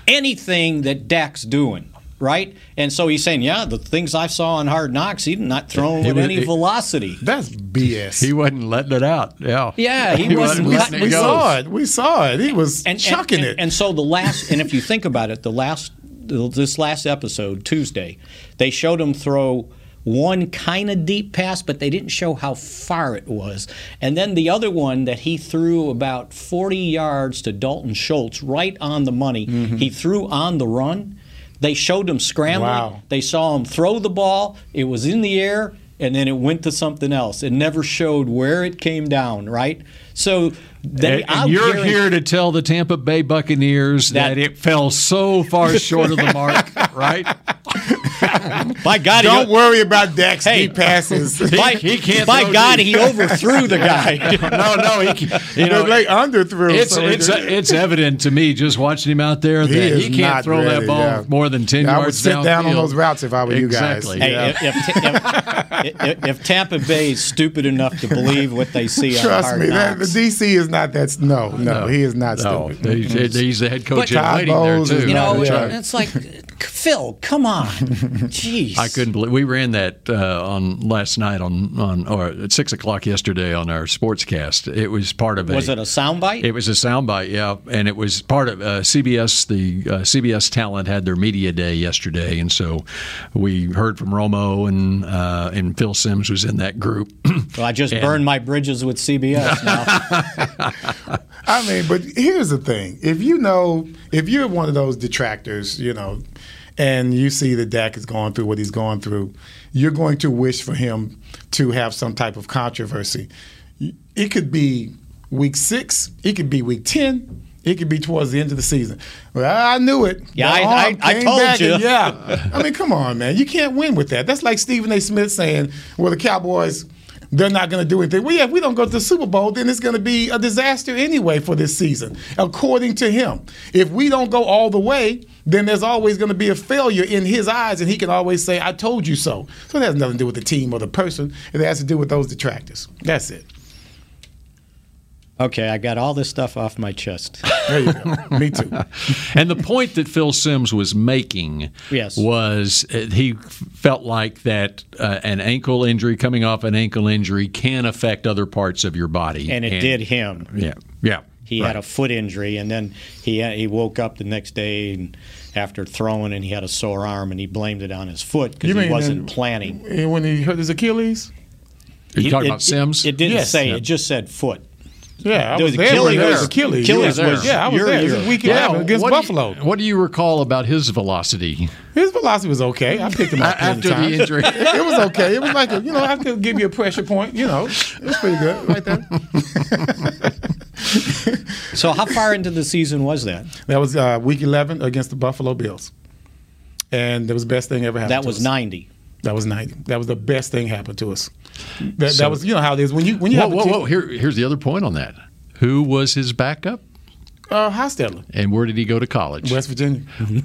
S7: anything that Dak's doing. Right, and so he's saying, "Yeah, the things I saw on Hard Knocks, he did not throw
S5: He
S7: with
S5: was-
S7: any
S5: he-
S7: velocity."
S6: That's BS.
S5: He wasn't letting it out. Yeah.
S7: Yeah, he wasn't
S6: we
S7: letting
S6: we saw it. We saw it. He was chucking
S7: and,
S6: it.
S7: And so the last, and if you think about it, the last, this last episode Tuesday, they showed him throw one kind of deep pass, but they didn't show how far it was. And then the other one that he threw about 40 yards to Dalton Schultz, right on the money.
S5: Mm-hmm.
S7: He threw on the run. They showed him scrambling.
S6: Wow.
S7: They saw him throw the ball. It was in the air. and then it went to something else. It never showed where it came down, right? So they,
S5: And-
S7: I'll
S5: and you're
S7: guarantee-
S5: here to tell the Tampa Bay Buccaneers that,
S7: That-
S5: it fell so far short of the mark, right?
S7: By God, he
S6: Don't
S7: o-
S6: worry about Dax.
S7: Hey.
S6: he passes.
S7: By,
S5: He can't
S7: by
S5: throw
S7: God,
S5: deep.
S7: he overthrew the guy.
S5: no, no, he, can't- you know,
S6: they under threw. him,
S5: it's
S6: so
S5: it's
S6: they-
S5: it's evident to me just watching him out there
S6: He
S5: that
S6: is
S5: he, can't
S6: not
S5: throw
S6: ready,
S5: that ball
S6: yeah.
S5: more than ten
S6: I would
S5: yards.
S6: sit down on
S5: downfield.
S6: those routes if I were you guys.
S5: exactly.
S7: Hey,
S6: Yeah.
S7: if, if, if, if Tampa Bay is stupid enough to believe what they see on
S6: Trust
S7: Hard
S6: me, that, the
S7: Knocks,
S6: DC is not that. No, no, he is not
S5: No,
S6: stupid.
S5: he's, he's the head coach
S6: But Todd
S5: in waiting there
S6: Bowles is
S5: too.
S7: you know,
S6: That's right.
S7: it's like Phil, come on, jeez.
S5: I couldn't believe we ran that uh, on last night on on or at six o'clock yesterday on our sportscast. It was part of
S7: Was it a soundbite?
S5: It was a soundbite, yeah, and it was part of uh, CBS. The uh, CBS talent had their media day yesterday, and so we heard from Romo and uh, and Phil Sims was in that group.
S7: Well, I just burned my bridges with CBS now.
S6: I mean, but here's the thing: if you know, if you're one of those detractors, you know, and you see that Dak is going through what he's going through, you're going to wish for him to have some type of controversy. It could be week six. It could be week ten. It could be towards the end of the season. Well, I knew it.
S7: Yeah,
S6: The
S7: I-
S6: arm
S7: I- I
S6: came
S7: told
S6: back
S7: you.
S6: and yeah. I mean, come on, man. You can't win with that. That's like Stephen A. Smith saying, well, the Cowboys, they're not going to do anything. Well, yeah, if we don't go to the Super Bowl, then it's going to be a disaster anyway for this season, according to him. If we don't go all the way, then there's always going to be a failure in his eyes, and he can always say, I told you so. So it has nothing to do with the team or the person. It has to do with those detractors. That's it.
S7: Okay, I got all this stuff off my chest.
S6: There you go. Me too.
S5: and the point that Phil Sims was making
S7: Yes.
S5: was uh, he felt like that uh, an ankle injury, coming off an ankle injury, can affect other parts of your body,
S7: And it did him.
S5: Yeah, yeah.
S7: He had a foot injury, and then he he woke up the next day and after throwing, and he had a sore arm, and he blamed it on his foot because
S6: You
S7: he
S6: mean
S7: wasn't
S6: that-
S7: planning.
S6: And when he hurt his Achilles?
S5: Are you talking
S7: It-
S5: about
S7: it-
S5: Sims?
S7: It, didn't
S6: Yes.
S7: say.
S5: Yeah.
S7: It just said foot.
S6: Yeah, I
S7: There
S6: was,
S7: was
S6: there when
S7: Achilles.
S6: it was Achilles.
S7: Achilles
S6: yeah,
S7: was
S6: yeah, I was
S7: your
S6: there. It
S7: year.
S6: was week
S5: Yeah,
S6: 11 against
S5: what
S6: Buffalo.
S5: Do you, what do you recall about his velocity
S6: His velocity was okay. I picked him up plenty
S5: after
S6: of
S5: the
S6: times.
S5: injury?
S6: It was okay. It was like a, you know I could give you a pressure point. You know, it was pretty good right there.
S7: So how far into the season was that?
S6: That was uh, week eleven against the Buffalo Bills, and it was the best thing ever happened.
S7: That
S6: to
S7: was
S6: us.
S7: ninety.
S6: That was ninety. That was the best thing happened to us. That, that was you know how it is when you when you
S5: whoa,
S6: have
S5: whoa,
S6: a team-
S5: whoa! Here, here's the other point on that. Who was his backup,
S6: Uh, Hostetler,
S5: and where did he go to college?
S6: West Virginia,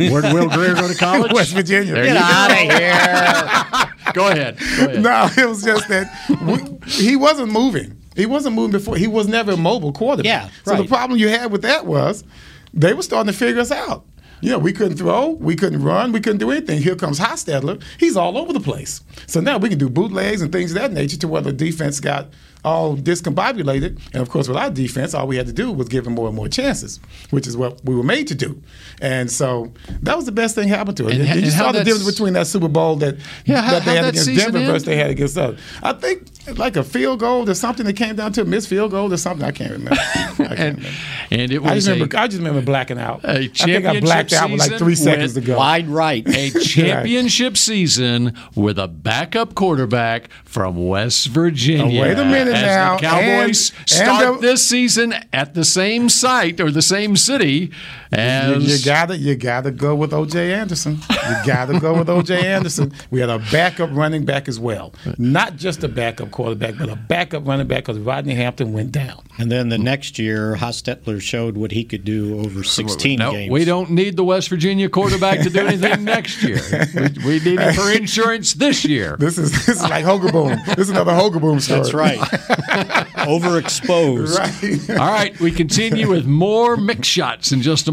S5: Where did Will Greer go to college?
S6: West Virginia.
S5: Mm-hmm. There you go. Go ahead. Go ahead.
S6: No, it was just that we, he wasn't moving. He wasn't moving before. He was never a mobile quarterback.
S7: Yeah,
S6: So
S7: right.
S6: the problem you had with that was they were starting to figure us out. You know, we couldn't throw, we couldn't run, we couldn't do anything. Here comes Hostetler. He's all over the place. So now we can do bootlegs and things of that nature to where the defense got all discombobulated. And of course, with our defense, all we had to do was give him more and more chances, which is what we were made to do. And so that was the best thing happened to us.
S5: And-
S6: And,
S5: and
S6: you
S5: how
S6: saw the
S5: that's-
S6: difference between that Super Bowl that,
S5: Yeah, how-
S6: that they
S5: how'd
S6: had
S5: that
S6: against
S5: season
S6: Denver versus
S5: end?
S6: they had against us. I think like a field goal or something that came down to a missed field goal or something. I can't remember. I, can't
S5: And,
S6: remember.
S5: and it
S6: I
S5: was
S6: just
S5: a,
S6: remember. I just remember blacking out.
S5: a
S6: I think I
S5: championship
S6: blacked out with like
S5: season
S6: three seconds
S5: with
S6: ago.
S7: Wide right.
S5: a championship season with a backup quarterback from West Virginia.
S6: Now, Oh, wait a minute
S5: As
S6: now,
S5: The Cowboys
S6: and- and
S5: start
S6: the-
S5: this season at the same site or the same city
S6: You,
S5: as
S6: you gotta, you gotta go with O.J. Anderson. You gotta go with O.J. Anderson. We had a backup running back as well, not just a backup quarterback, but a backup running back because Rodney Hampton went down.
S7: And then the next year, Hostetler showed what he could do over 16
S5: No,
S7: games.
S5: we don't need the West Virginia quarterback to do anything next year. We, we need it for insurance this year.
S6: This is this is like Hogaboom. This is another Hogaboom story.
S7: That's right. Overexposed.
S6: Right.
S5: All right, we continue with more mix shots in just a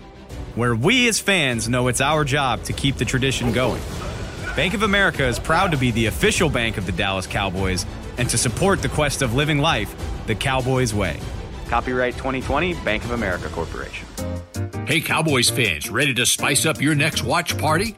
S8: Where we as fans know it's our job to keep the tradition going. Bank of America is proud to be the official bank of the Dallas Cowboys and to support the quest of living life the Cowboys way. Copyright 2020, Bank of America Corporation.
S9: Hey, Cowboys fans, ready to spice up your next watch party?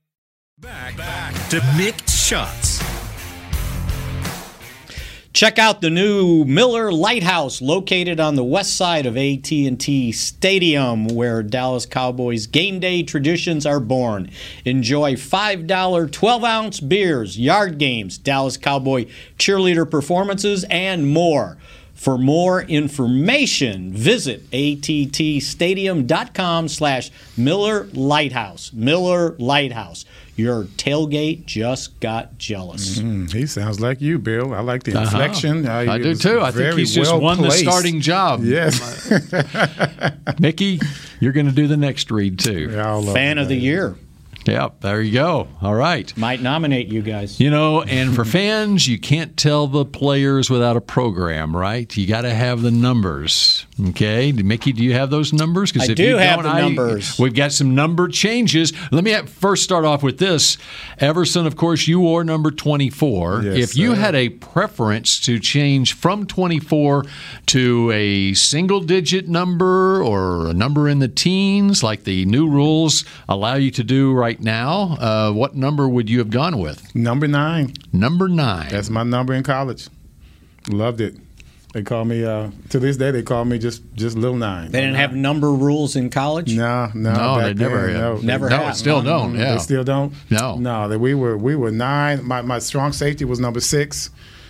S3: to mixed shots.
S7: Check out the new Miller Lighthouse located on the west side of AT&T Stadium where Dallas Cowboys game day traditions are born. Enjoy $5 12-ounce beers, yard games, Dallas Cowboy cheerleader performances and more. For more information, visit attstadium.com slash Miller Lighthouse. Miller Lighthouse. Your tailgate just got jealous.
S6: Mm, he sounds like you, Bill. I like the inflection.
S5: Uh-huh.
S6: Uh,
S5: I
S6: it
S5: do
S6: was
S5: too. I think
S6: very
S5: he's just
S6: well
S5: won
S6: placed.
S5: the starting job.
S6: Yes.
S5: Mickey, you're going to do the next read too.
S6: I love
S7: Fan
S6: it,
S7: of the
S6: man.
S7: year.
S5: Yep, there you go. All right.
S7: Might nominate you guys.
S5: You know, and for fans, you can't tell the players without a program, right? You got to have the numbers. Okay, Mickey, do you have those numbers?
S7: I
S5: Because
S7: do have the numbers.
S5: We've got some number changes. Let me have, first start off with this. Everson, of course, you wore number 24.
S6: Yes,
S5: if you
S6: sir.
S5: had a preference to change from 24 to a single digit number or a number in the teens, like the new rules allow you to do right now, uh, what number would you have gone with?
S6: Number nine.
S5: Number nine.
S6: That's my number in college. Loved it. They call me uh, to this day. They call me just just Lil Nine.
S7: They didn't have number rules in college?
S6: No,
S5: no,
S6: no, back
S5: they never.
S6: then, no.
S7: Never
S5: no,
S7: have.
S5: it's still don't. Yeah.
S6: They still don't.
S5: No.
S6: no. That we were we were nine. My my strong safety was number six,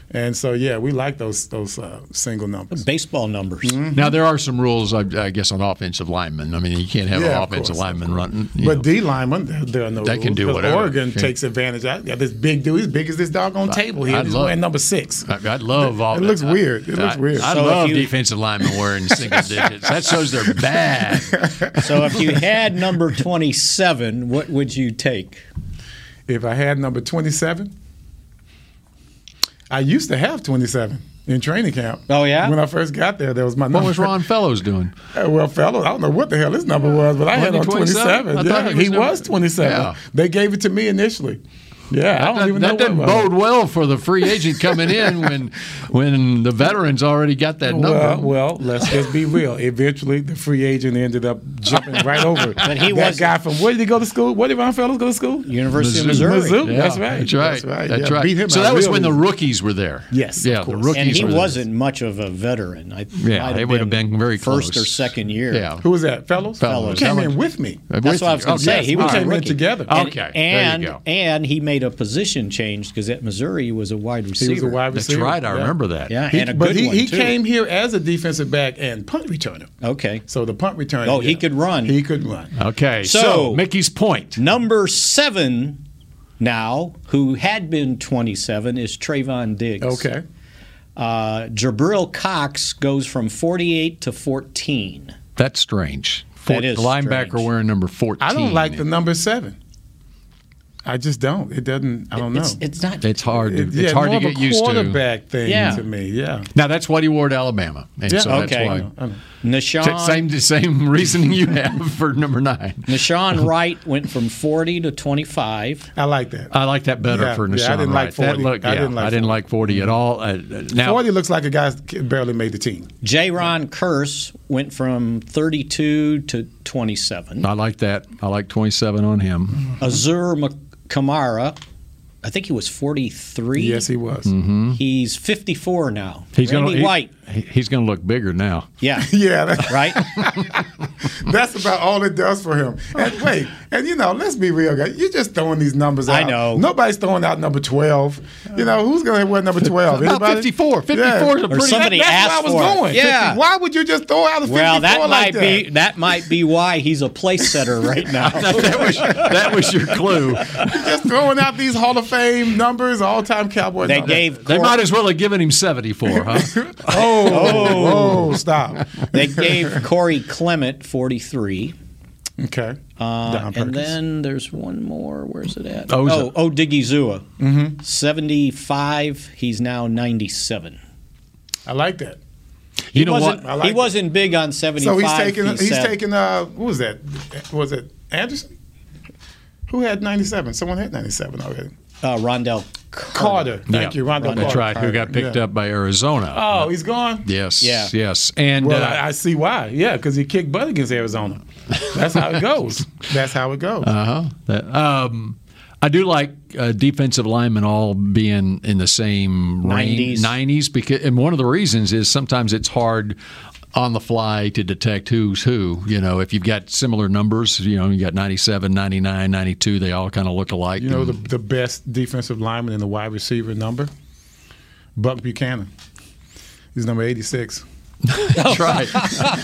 S6: and so yeah, we like those those uh, single numbers.
S7: Baseball numbers.
S6: Mm-hmm.
S5: now there are some rules, I, I guess, on offensive linemen. I mean, you can't have
S6: Yeah,
S5: an
S6: of
S5: offensive
S6: course,
S5: lineman
S6: of
S5: running. you
S6: But
S5: know.
S6: D lineman, there, there are no
S5: They
S6: rules.
S5: can do
S6: 'cause
S5: whatever.
S6: Oregon
S5: Yeah.
S6: takes advantage. I got this big dude, as big as this doggone table here.
S5: I'd
S6: He's
S5: love-
S6: wearing number six.
S5: I, I love all.
S6: It looks weird. It looks
S5: I,
S6: weird.
S5: I
S7: So if
S5: love
S7: you-
S5: defensive linemen wearing single digits. That shows they're bad.
S7: So if you had number 27, what would you take?
S6: If I had number 27, I used to have 27 in training camp.
S7: Oh, yeah?
S6: When I first got there, there was my
S5: What
S6: number.
S5: was Ron Fellows doing?
S6: Uh, Well, fellow, I don't know what the hell his number was, but I had
S5: Wasn't he
S6: on 27.
S5: 27? I
S6: Yeah,
S5: thought he
S6: he
S5: was number-
S6: was 27.
S5: Yeah.
S6: They gave it to me initially. Yeah, I don't
S5: That,
S6: even
S5: that
S6: know
S5: doesn't
S6: what it was.
S5: bode well for the free agent coming in when when the veterans already got that number.
S6: Well, well, let's just be real. Eventually, the free agent ended up jumping right over. But
S7: he
S6: that
S7: wasn't-
S6: guy from where did he go to school? Where did Ron Fellows go to school?
S7: University of
S5: Missouri.
S7: Missouri.
S6: Missouri.
S5: Yeah,
S6: that's right.
S5: That's right.
S6: That's right.
S5: That's
S6: Yeah,
S5: right.
S6: beat him
S5: so
S6: by
S5: that
S6: a
S5: was
S6: real
S5: when the
S6: reason.
S5: rookies were there.
S6: Yes,
S5: Yeah,
S6: of
S5: the
S6: course.
S5: rookies
S7: And he
S5: were there.
S7: wasn't much of a veteran. I
S5: Yeah,
S7: might
S5: they would have been very
S7: first
S5: close.
S7: or second year.
S5: Yeah. Oh,
S6: Who was that? Fellows.
S5: Fellows.
S6: Came
S5: Fellows.
S6: in with me.
S5: With
S7: That's what I was
S5: you.
S7: going to
S5: Okay.
S7: say. he was
S6: we
S7: a
S6: came in
S7: rookie.
S6: together.
S7: And,
S5: Okay, there
S7: and
S5: you go.
S7: and he made a position change because at Missouri he was a wide
S6: He
S7: receiver.
S6: was a wide
S5: That's
S6: receiver.
S5: right. I
S6: Yeah.
S5: remember that.
S7: Yeah,
S6: He-
S7: and a
S6: but
S7: good
S6: he,
S7: one
S6: he
S7: too.
S6: came here as a defensive back and punt returner.
S7: Okay.
S6: So the punt returner.
S7: Oh, he could run. Oh.
S6: He could run.
S5: Okay.
S7: So-
S5: so Mickey's point.
S7: Number seven now, who had been 27, is Trayvon Diggs.
S6: Okay.
S7: Uh, Jabril Cox goes from 48 to 14.
S5: That's strange.
S7: That is
S5: linebacker
S7: strange.
S5: wearing number 14.
S6: I don't like the number seven. I just don't. It doesn't. I don't
S7: It's-
S6: know.
S7: it's not-
S5: It's hard. To,
S6: It- yeah,
S5: it's hard
S6: more
S5: to
S6: of a
S5: get used to.
S6: quarterback thing
S5: Yeah.
S6: to me. Yeah.
S5: Now that's what he wore at Alabama, and
S6: Yeah,
S5: so that's
S6: okay.
S5: why.
S6: I know.
S5: Sa-
S7: Nashawn
S5: Same same reasoning you have for number nine.
S7: Nashawn Wright went from 40 to 25.
S6: I like that.
S5: I like that better
S6: Yeah,
S5: for Nashawn
S6: yeah, I didn't
S5: Wright.
S6: like
S5: That
S6: 40.
S5: look-
S6: I
S5: yeah,
S6: didn't like
S5: at all. Uh, uh, now,
S6: Forty looks like a guy barely made the team.
S7: J. Ron Curse went from 32 to 27.
S5: I like that. I like twenty seven on him.
S7: Azur Mc- Kamara, I think he was 43.
S6: Yes, he was.
S7: He's 54 now.
S5: He's
S7: Randy
S5: gonna he-
S7: White.
S5: he- he's gonna look bigger now.
S7: Yeah,
S6: Yeah, that-
S7: right?
S6: that's about all it does for him. And wait, and you know, let's be real, guys. You're just throwing these numbers out.
S7: I know.
S6: Nobody's throwing out number twelve. You know, who's going to wear number twelve?
S5: About
S6: Anybody?
S5: 54. 54 is a
S6: Or
S5: pretty-
S7: somebody
S6: that's
S7: asked
S6: where I was
S7: for it.
S6: going.
S7: Yeah.
S6: 50 Why would you just throw out a fifty-four
S7: Well, that
S6: like
S7: might
S6: that?
S7: be that might be why he's a place setter right now.
S5: that was that was your clue.
S6: just throwing out these Hall of Fame numbers, all-time Cowboy.
S7: They
S6: numbers.
S7: gave
S5: They
S7: Cor-
S5: might as well have given him seventy four, huh?
S6: Oh, oh, stop.
S7: they gave Corey Clement 43.
S6: Okay.
S7: Uh,
S6: Don
S7: and
S6: Perkins.
S7: then there's one more. Where's it at?
S5: Oza.
S7: Oh, Diggy Zua. Mm-hmm. 75. He's now 97.
S6: I like that.
S7: He
S5: You know
S7: wasn't,
S5: what?
S6: I like
S7: he
S6: it.
S7: wasn't big on 75.
S6: So he's taking.
S7: he
S6: he's
S7: said.
S6: taking. Uh, who was that? Was it Anderson? Who had ninety seven? Someone had ninety seven already.
S7: uh, Rondell.
S6: Carter. Thank you, Rondo.
S5: That's
S6: Carter.
S5: right. Who got picked
S6: Yeah.
S5: up by Arizona?
S6: Oh, he's gone.
S5: yes,
S7: Yeah.
S5: yes, and
S6: Well,
S5: uh,
S6: I, I see why. Yeah, because he kicked butt against Arizona. That's how it goes. That's how it goes.
S7: Uh,
S5: Uh-huh. That, um, I do like uh, defensive linemen all being in the same range,
S7: 90s.
S5: 90s, because, and one of the reasons is sometimes it's hard on the fly to detect who's who. You know, if you've got similar numbers, you know, you got 97, 99, 92, they all kind of look alike.
S6: you know the,
S5: and-
S6: the best defensive lineman in the wide receiver number, Buck Buchanan. He's number eighty six.
S5: that's right.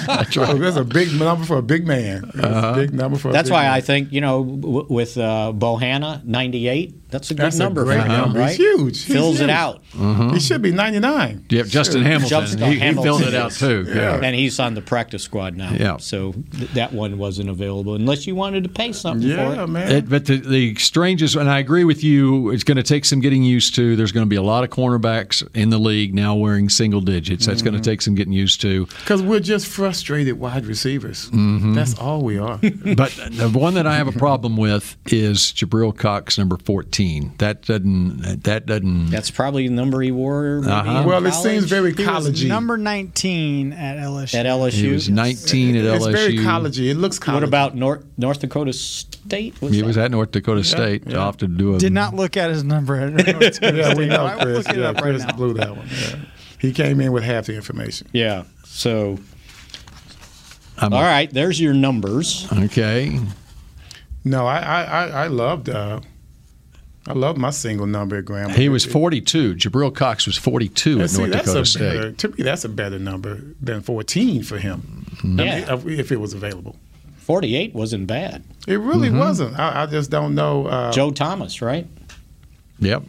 S5: that's
S6: Oh,
S5: right.
S6: that's a big number for a big man. That's a big number for. A
S7: Uh-huh. That's
S6: big
S7: why
S6: man.
S7: I think, you know, w- with uh, Bohanna, 98, that's a good
S6: That's a
S7: number
S6: great
S7: for him,
S6: number.
S7: right?
S6: He's huge. He's
S7: Fills
S6: huge. Mm-hmm.
S7: it out.
S6: He should be ninety nine.
S5: Yeah, Justin Hamilton.
S7: Justin
S5: He, he filled
S7: Hamilton.
S5: it out too. Yeah.
S7: And he's on the practice squad now.
S5: Yeah.
S7: So th- that one wasn't available unless you wanted to pay something for
S6: Yeah,
S7: it.
S6: man.
S5: It, but the, the strangest, and I agree with you, it's going to take some getting used to. There's going to be a lot of cornerbacks in the league now wearing single digits. That's
S6: Mm-hmm.
S5: going to take some getting used to.
S6: Because we're just frustrated wide receivers.
S5: Mm-hmm.
S6: That's all we are.
S5: But the one that I have a problem with is Jabril Cox, number 14. That doesn't. That doesn't.
S7: That's probably the number he wore. maybe
S5: Uh-huh.
S7: in
S6: well, it
S7: college.
S6: seems very
S10: He was
S6: collegey.
S10: number 19 at LSU.
S7: at
S5: He
S7: LSU.
S5: was 19 at
S6: It's
S5: LSU.
S6: very collegey. It looks collegey.
S7: What about North North Dakota State? What's
S5: He was
S7: that?
S5: at North Dakota State. I'll have to do a
S10: Did not look at his number. I don't know what's
S6: Yeah, we
S10: going on.
S6: know
S10: I will
S6: Chris.
S10: look it
S6: Yeah,
S10: up right
S6: Chris
S10: now.
S6: blew that one. Yeah. He came in with half the information.
S7: Yeah. So,
S5: I'm-
S7: all right, there's your numbers.
S5: Okay.
S6: No, I I I, I loved. Uh, I loved my single number at Grambling.
S5: He was 42. Jabril Cox was 42
S6: And
S5: at
S6: see,
S5: North
S6: that's
S5: Dakota
S6: a
S5: State.
S6: better, to me, that's a better number than 14 for him.
S5: um,
S6: I mean,
S7: Yeah.
S6: if, if it was available.
S7: 48 wasn't bad.
S6: It really
S5: Mm-hmm.
S6: wasn't. I, I just don't know. Uh,
S7: Joe Thomas, right?
S5: Yep.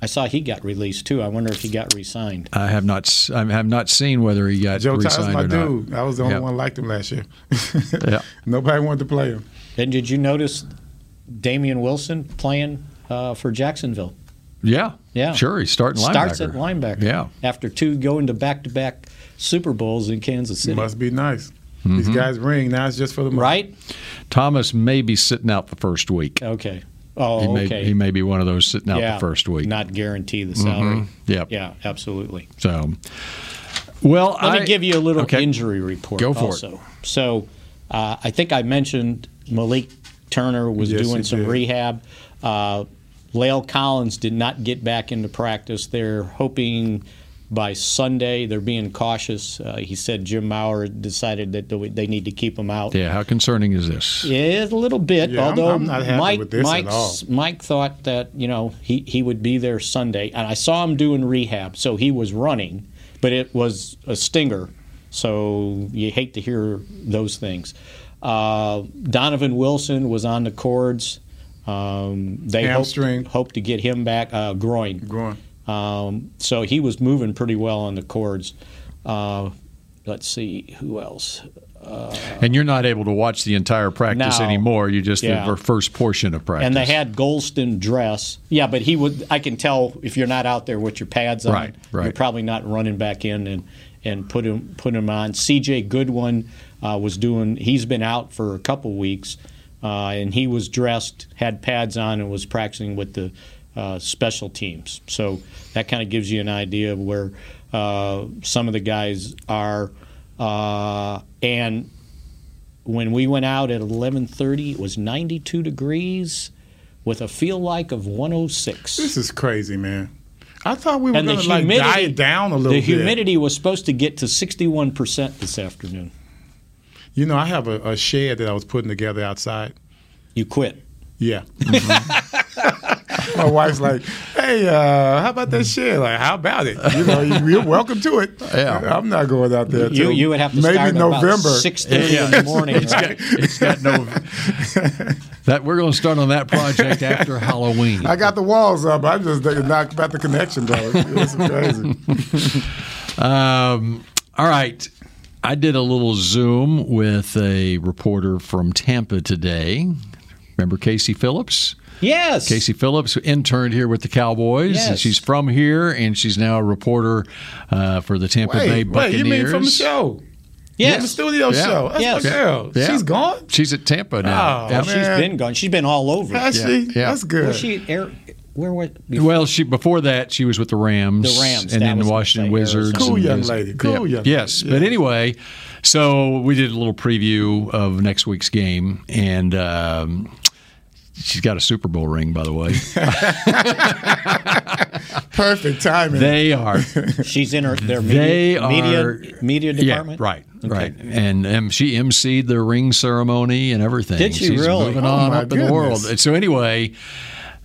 S7: I saw he got released too. I wonder if he got re signed.
S5: I have not. s- I have not seen whether he got
S6: Joe Thomas,
S5: re-signed
S6: my
S5: or not.
S6: dude. I was the only
S5: Yep.
S6: one who liked him last year.
S5: Yeah.
S6: Nobody wanted to play him.
S7: And did you notice Damian Wilson playing uh, for Jacksonville?
S5: Yeah.
S7: Yeah.
S5: Sure. He's starting linebacker.
S7: Starts at linebacker.
S5: Yeah.
S7: After two going to back to back Super Bowls in Kansas City.
S6: Must be nice.
S5: Mm-hmm.
S6: These guys ring now. It's just for the money.
S7: Right?
S5: Thomas may be sitting out the first week.
S7: Okay. Oh,
S5: he, may,
S7: okay.
S5: he may be one of those sitting out the first week. Mm-hmm.
S7: Not guarantee the salary.
S5: Yep.
S7: Yeah, absolutely.
S5: So, well,
S7: Let
S5: I,
S7: me give you a little
S5: okay.
S7: injury report.
S5: Go for it.
S7: also. So, uh, I think I mentioned Malik Turner was
S6: Yes, you
S7: doing some
S6: did.
S7: rehab. Uh, Lale Collins did not get back into practice. They're hoping by Sunday. They're being cautious. Uh, he said Jim Maurer decided that they- they need to keep him out.
S5: Yeah. How concerning is this?
S7: Yeah, a little bit.
S6: Yeah, I'm-
S7: although
S6: I'm not happy
S7: Mike,
S6: with this at
S7: Mike's-
S6: all.
S7: Mike thought that you know he, he would be there Sunday, and I saw him doing rehab, so he was running, but it was a stinger, so you hate to hear those things. Uh, Donovan Wilson was on the cords. Um, they hope,
S6: Hamstring.
S7: hope to get him back. Uh, groin.
S6: Groin.
S7: Um, so he was moving pretty well on the cords. Uh, let's see who else.
S5: and you're not able to watch the entire practice
S7: No.
S5: anymore. You just
S7: Yeah.
S5: the first portion of practice.
S7: And they had Golston dress. Yeah, but he would. I can tell if you're not out there with your pads on.
S5: Right, right.
S7: You're probably not running back in and and put him put him on. C.J. Goodwin uh, was doing. He's been out for a couple weeks, uh, and he was dressed, had pads on, and was practicing with the uh, special teams. So that kind of gives you an idea of where uh, some of the guys are. Uh, and when we went out at 11:30 it was 92 degrees with a feel like of 106
S6: This is crazy, man. I thought we were
S7: and the
S6: going to like die
S7: humidity
S6: down a little
S7: the
S6: bit.
S7: humidity was supposed to get to 61% this afternoon
S6: You know, I have a, a shed that I was putting together outside.
S7: You quit.
S6: Yeah.
S5: Mm-hmm.
S6: My wife's like, "Hey, uh, how about that shed? Like, how about it? You know, you- you're welcome to it.
S5: Yeah.
S6: I'm not going out there.
S7: You-
S6: till
S7: you would have to
S6: maybe
S7: start about
S6: November,
S7: 6:30 in the morning,
S5: It's got-
S7: right?
S5: it's got no. That we're going to start on that project after Halloween.
S6: I got the walls up. I'm just not about the connection, though. It's crazy.
S5: Um, all right. I did a little Zoom with a reporter from Tampa today. Remember Casey Phillips?
S7: Yes.
S5: Casey Phillips who interned here with the Cowboys. and
S6: Yes.
S5: She's from here, and she's now a reporter uh, for the Tampa Bay
S6: Wait, wait,
S5: Buccaneers.
S6: you mean from the show?
S7: Yes.
S6: From the studio
S5: Yeah.
S6: show. That's
S5: Yes.
S6: my girl.
S5: Yeah.
S6: She's gone?
S5: She's at Tampa now.
S6: Oh,
S5: Yeah.
S7: she's been gone she's been all over
S6: Has
S5: Yeah,
S6: she?
S5: yeah.
S6: That's good.
S7: was she at air, where was
S5: Well, she before that she was with the Rams,
S7: The Rams,
S5: and
S7: that
S5: then
S7: was
S5: the
S7: gonna
S5: Washington
S7: say,
S5: Wizards.
S7: Arizona. Cool
S5: and
S7: young
S5: this-
S7: lady, cool young lady,
S5: Yes, but anyway, so we did a little preview of next week's game, and um, she's got a Super Bowl ring, by the way.
S6: Perfect timing.
S5: they are
S7: she's in her their media
S5: They
S7: media,
S5: are-
S7: media
S5: Yeah,
S7: department
S5: right, right, and um, she emceed the ring ceremony and everything.
S7: Did she
S5: She's
S7: really?
S5: Moving
S7: Oh,
S5: on
S7: my
S5: up in the world.
S7: goodness.
S5: And so anyway,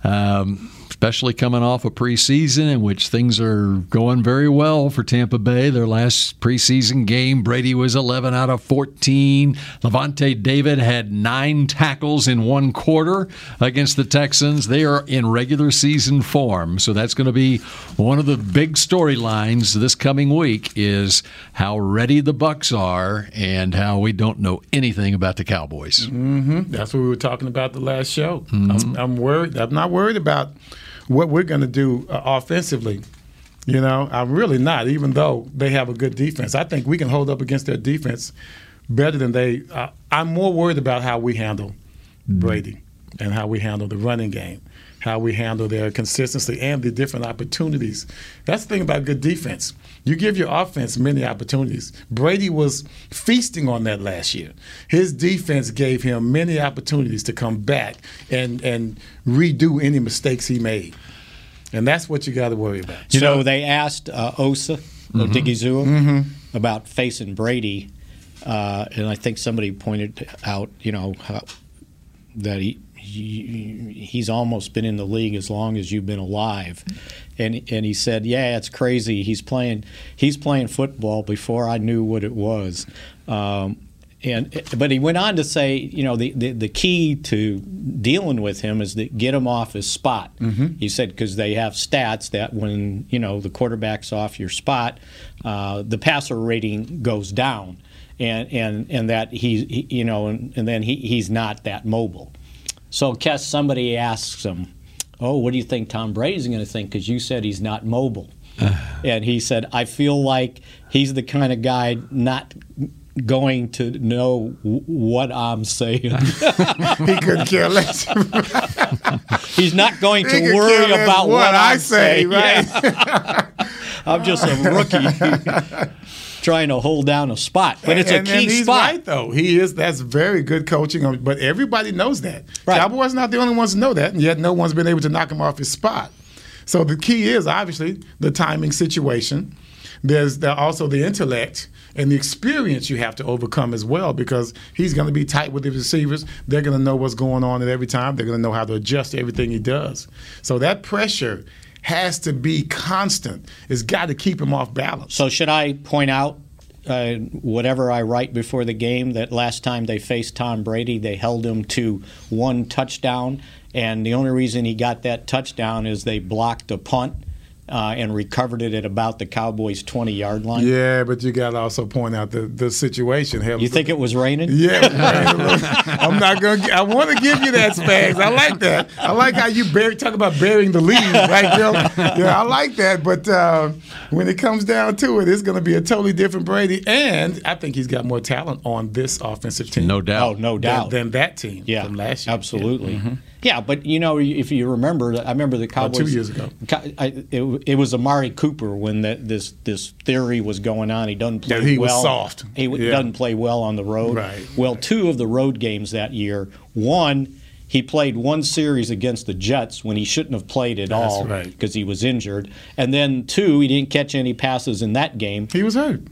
S5: um, especially coming off a preseason in which things are going very well for Tampa Bay. Their last preseason game, Brady was 11 out of 14. Levante David had nine tackles in one quarter against the Texans. They are in regular season form, so that's going to be one of the big storylines this coming week is how ready the Bucks are and how we don't know anything about the Cowboys.
S6: hmm
S5: Mm-hmm.
S6: That's what we were talking about the last show. I'm, I'm worried. I'm not worried about what we're going to do uh, offensively. You know, I'm really not. Even though they have a good defense, I think we can hold up against their defense better than they. Uh, I'm more worried about how we handle Brady and how we handle the running game, how we handle their consistency and the different opportunities. That's the thing about good defense. You give your offense many opportunities. Brady was feasting on that last year. His defense gave him many opportunities to come back and, and redo any mistakes he made. And that's what you got to worry about.
S7: so they asked uh, Osa
S6: Mhm.
S7: Odigizua
S6: Mhm.
S7: about facing Brady, uh, and I think somebody pointed out, you know, how, that he, he he's almost been in the league as long as you've been alive, and and he said, yeah, it's crazy. He's playing he's playing football before I knew what it was. Um, and but he went on to say, you know, the, the, the key to dealing with him is to get him off his spot.
S11: Mhm.
S7: He said because they have stats that when you know the quarterback's off your spot, uh, the passer rating goes down, and and and that he, he you know and, and then he, he's not that mobile. So Kess, somebody asks him, "Oh, what do you think Tom Brady's going to think?" Because you said he's not mobile, and he said, "I feel like he's the kind of guy not." Going to know w- what I'm saying.
S6: he couldn't care less.
S7: He's not going
S6: He
S7: to
S6: could
S7: worry
S6: care less
S7: about what,
S6: what I
S7: I'm
S6: say,
S7: saying. Yeah. I'm just a rookie trying to hold down a spot, but it's
S6: And-
S7: a
S6: and
S7: key
S6: he's
S7: spot.
S6: right, though. He is. That's very good coaching. um, But everybody knows that. Cowboys not the only ones to know that, and yet no one's been able to knock him off his spot. So the key is obviously the timing situation. There's the, also the intellect and the experience you have to overcome as well because he's going to be tight with the receivers. They're going to know what's going on at every time. They're going to know how to adjust to everything he does. So that pressure has to be constant. It's got to keep him off balance.
S7: So should I point out uh, whatever I write before the game that last time they faced Tom Brady, they held him to one touchdown, and the only reason he got that touchdown is they blocked a punt uh, and recovered it at about the Cowboys' 20 yard line.
S6: Yeah, but you got to also point out the, the situation. Hell,
S7: You think it was raining?
S6: Yeah, it was raining. I'm not gonna. gi- I want to give you that, Spags. I like that. I like how you bury, talk about burying the lead, right, Bill? Yeah, I like that. But uh, when it comes down to it, it's going to be a totally different Brady, and I think he's got more talent on this offensive team.
S5: No doubt.
S7: Oh, no doubt.
S6: Than, than that team.
S7: yeah,
S6: From last year. Mm-hmm.
S7: Absolutely. Yeah, but you know, if you remember, I remember the
S6: About
S7: Cowboys
S6: two years ago.
S7: Co- I, it, it was Amari Cooper when that this this theory was going on. He doesn't play
S6: That he was
S7: well.
S6: soft.
S7: He w-
S6: Yeah.
S7: doesn't play well on the road.
S6: Right.
S7: Well, two of the road games that year, one. He played one series against the Jets when he shouldn't have played at
S6: That's
S7: all
S6: right.
S7: because he was injured, and then two, he didn't catch any passes in that game.
S6: He was hurt.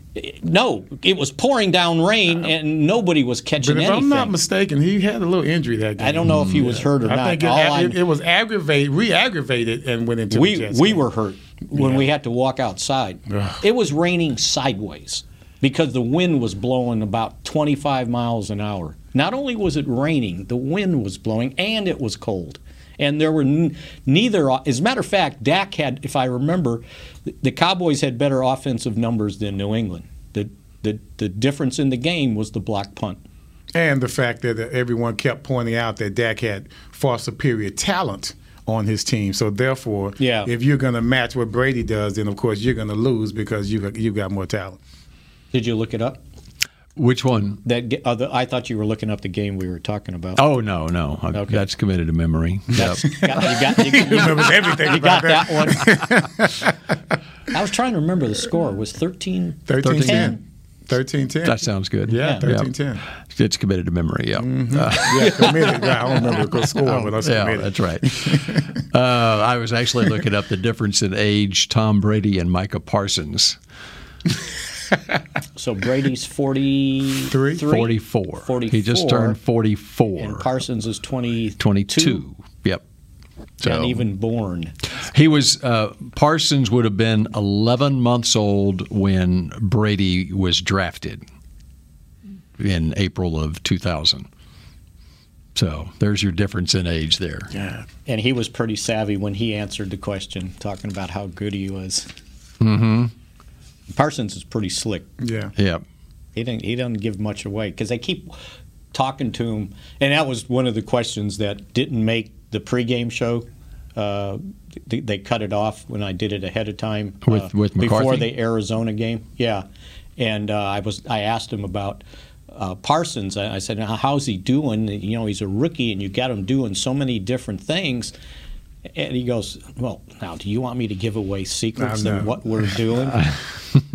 S7: No, it was pouring down rain, and nobody was catching
S6: But if
S7: anything.
S6: I'm not mistaken, he had a little injury that game.
S7: I don't know if he was hurt or
S6: I
S7: not.
S6: think it,
S7: All I-
S6: it, it was aggravated, re-aggravated, and went into the
S7: we
S6: Jets
S7: we
S6: game.
S7: were hurt when
S6: Yeah.
S7: we had to walk outside.
S6: Ugh.
S7: It was raining sideways because the wind was blowing about 25 miles an hour. Not only was it raining, the wind was blowing and it was cold. And there were n- neither, as a matter of fact, Dak had, if I remember, th- the Cowboys had better offensive numbers than New England. The, the, the difference in the game was the block punt.
S6: And the fact that uh, everyone kept pointing out that Dak had far superior talent on his team. So therefore,
S7: Yeah.
S6: if you're going to match what Brady does, then of course you're going to lose because you got, you got more talent.
S7: Did you look it up?
S5: Which one?
S7: That ge- uh, the, I thought you were looking up the game we were talking about.
S5: Oh no, no, I- that's committed to memory.
S7: That's-
S5: Yep.
S7: got- you got, you,
S6: He remembers everything
S7: You
S6: about
S7: got that, one. I was trying to remember the score. It was 13
S6: 13
S7: 10.
S6: 10. 13 10.
S5: That sounds good.
S6: Yeah, 13 10.
S5: It's committed to memory. Yeah. Uh,
S6: Yeah, committed. Yeah, I don't remember the score, but that's
S5: Oh, yeah,
S6: committed.
S5: that's right. uh, I was actually looking up the difference in age Tom Brady and Micah Parsons.
S7: So Brady's 43.
S6: Three?
S5: 44. He just
S7: 44.
S5: turned 44.
S7: And Parsons is 20,
S5: 22. Yep.
S7: Not even born.
S5: He was uh, Parsons would have been 11 months old when Brady was drafted in April of 2000. So there's your difference in age there.
S6: Yeah.
S7: And he was pretty savvy when he answered the question, talking about how good he was.
S5: Mm-hmm.
S7: Parsons is pretty slick.
S6: Yeah.
S5: Yep.
S7: He didn't. He doesn't give much away because they keep talking to him, and that was one of the questions that didn't make the pregame show. Uh, th- they cut it off when I did it ahead of time
S5: With-
S7: uh,
S5: with
S7: before
S5: McCarthy?
S7: the Arizona game. Yeah, and uh, I was I asked him about. Uh, Parsons, I I said, "Now, "How's he doing? You know, he's a rookie, and you got him doing so many different things." And he goes, "Well, now, do you want me to give away secrets
S6: I
S7: and
S6: know.
S7: what we're doing?"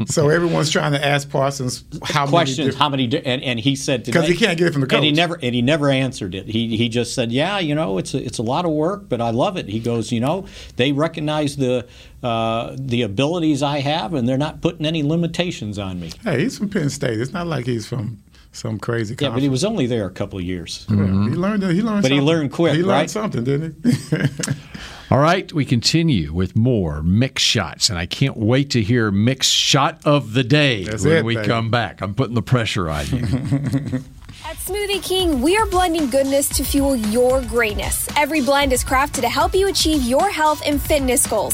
S6: So everyone's trying to ask Parsons how
S7: questions
S6: many. diff-
S7: how many di- and, and he said
S6: 'Cause he
S7: today-
S6: can't get it from the
S7: and he
S6: coach.
S7: never and he never answered it he he just said yeah you know it's a, it's a lot of work but I love it he goes you know they recognize the uh, the abilities I have and they're not putting any limitations on me
S6: hey, he's from Penn State. It's not like he's from some crazy
S7: yeah but he
S6: conference.
S7: was only there a couple of years
S6: He learned. He learned.
S7: But he
S6: something.
S7: learned quick,
S6: He learned
S7: right?
S6: something, didn't he?
S5: All right, we continue with more mix shots, and I can't wait to hear mix shot of the day
S6: That's
S5: when
S6: it,
S5: we
S6: baby.
S5: come back. I'm putting the pressure on you.
S11: At Smoothie King, we are blending goodness to fuel your greatness. Every blend is crafted to help you achieve your health and fitness goals.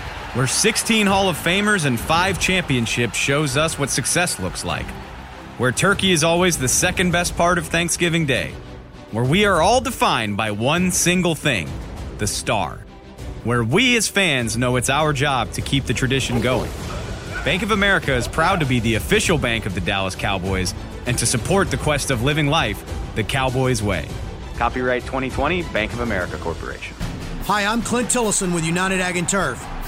S8: where 16 Hall of Famers and five championships shows us what success looks like. Where turkey is always the second best part of Thanksgiving Day. Where we are all defined by one single thing the star. Where we as fans know it's our job to keep the tradition going. Bank of America is proud to be the official bank of the Dallas Cowboys and to support the quest of living life the Cowboys way. Copyright 2020 Bank of America Corporation.
S12: Hi, I'm Clint Tillison with United Ag and Turf.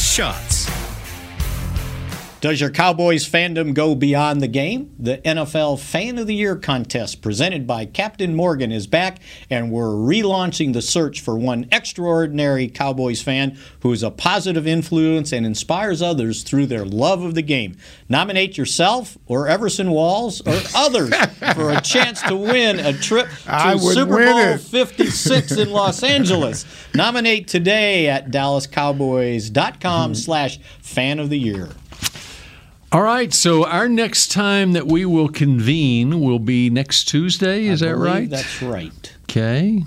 S3: shots.
S7: Does your Cowboys fandom go beyond the game? The NFL Fan of the Year contest presented by Captain Morgan is back, and we're relaunching the search for one extraordinary Cowboys fan who is a positive influence and inspires others through their love of the game. Nominate yourself or Everson Walls or others for a chance to win a trip to
S6: I would
S7: Super
S6: win
S7: Bowl
S6: it.
S7: 56 in Los Angeles. Nominate today at DallasCowboys.com slash fan of the year.
S5: All right, so our next time that we will convene will be next Tuesday. Is that
S7: believe
S5: right?
S7: That's right.
S5: Okay,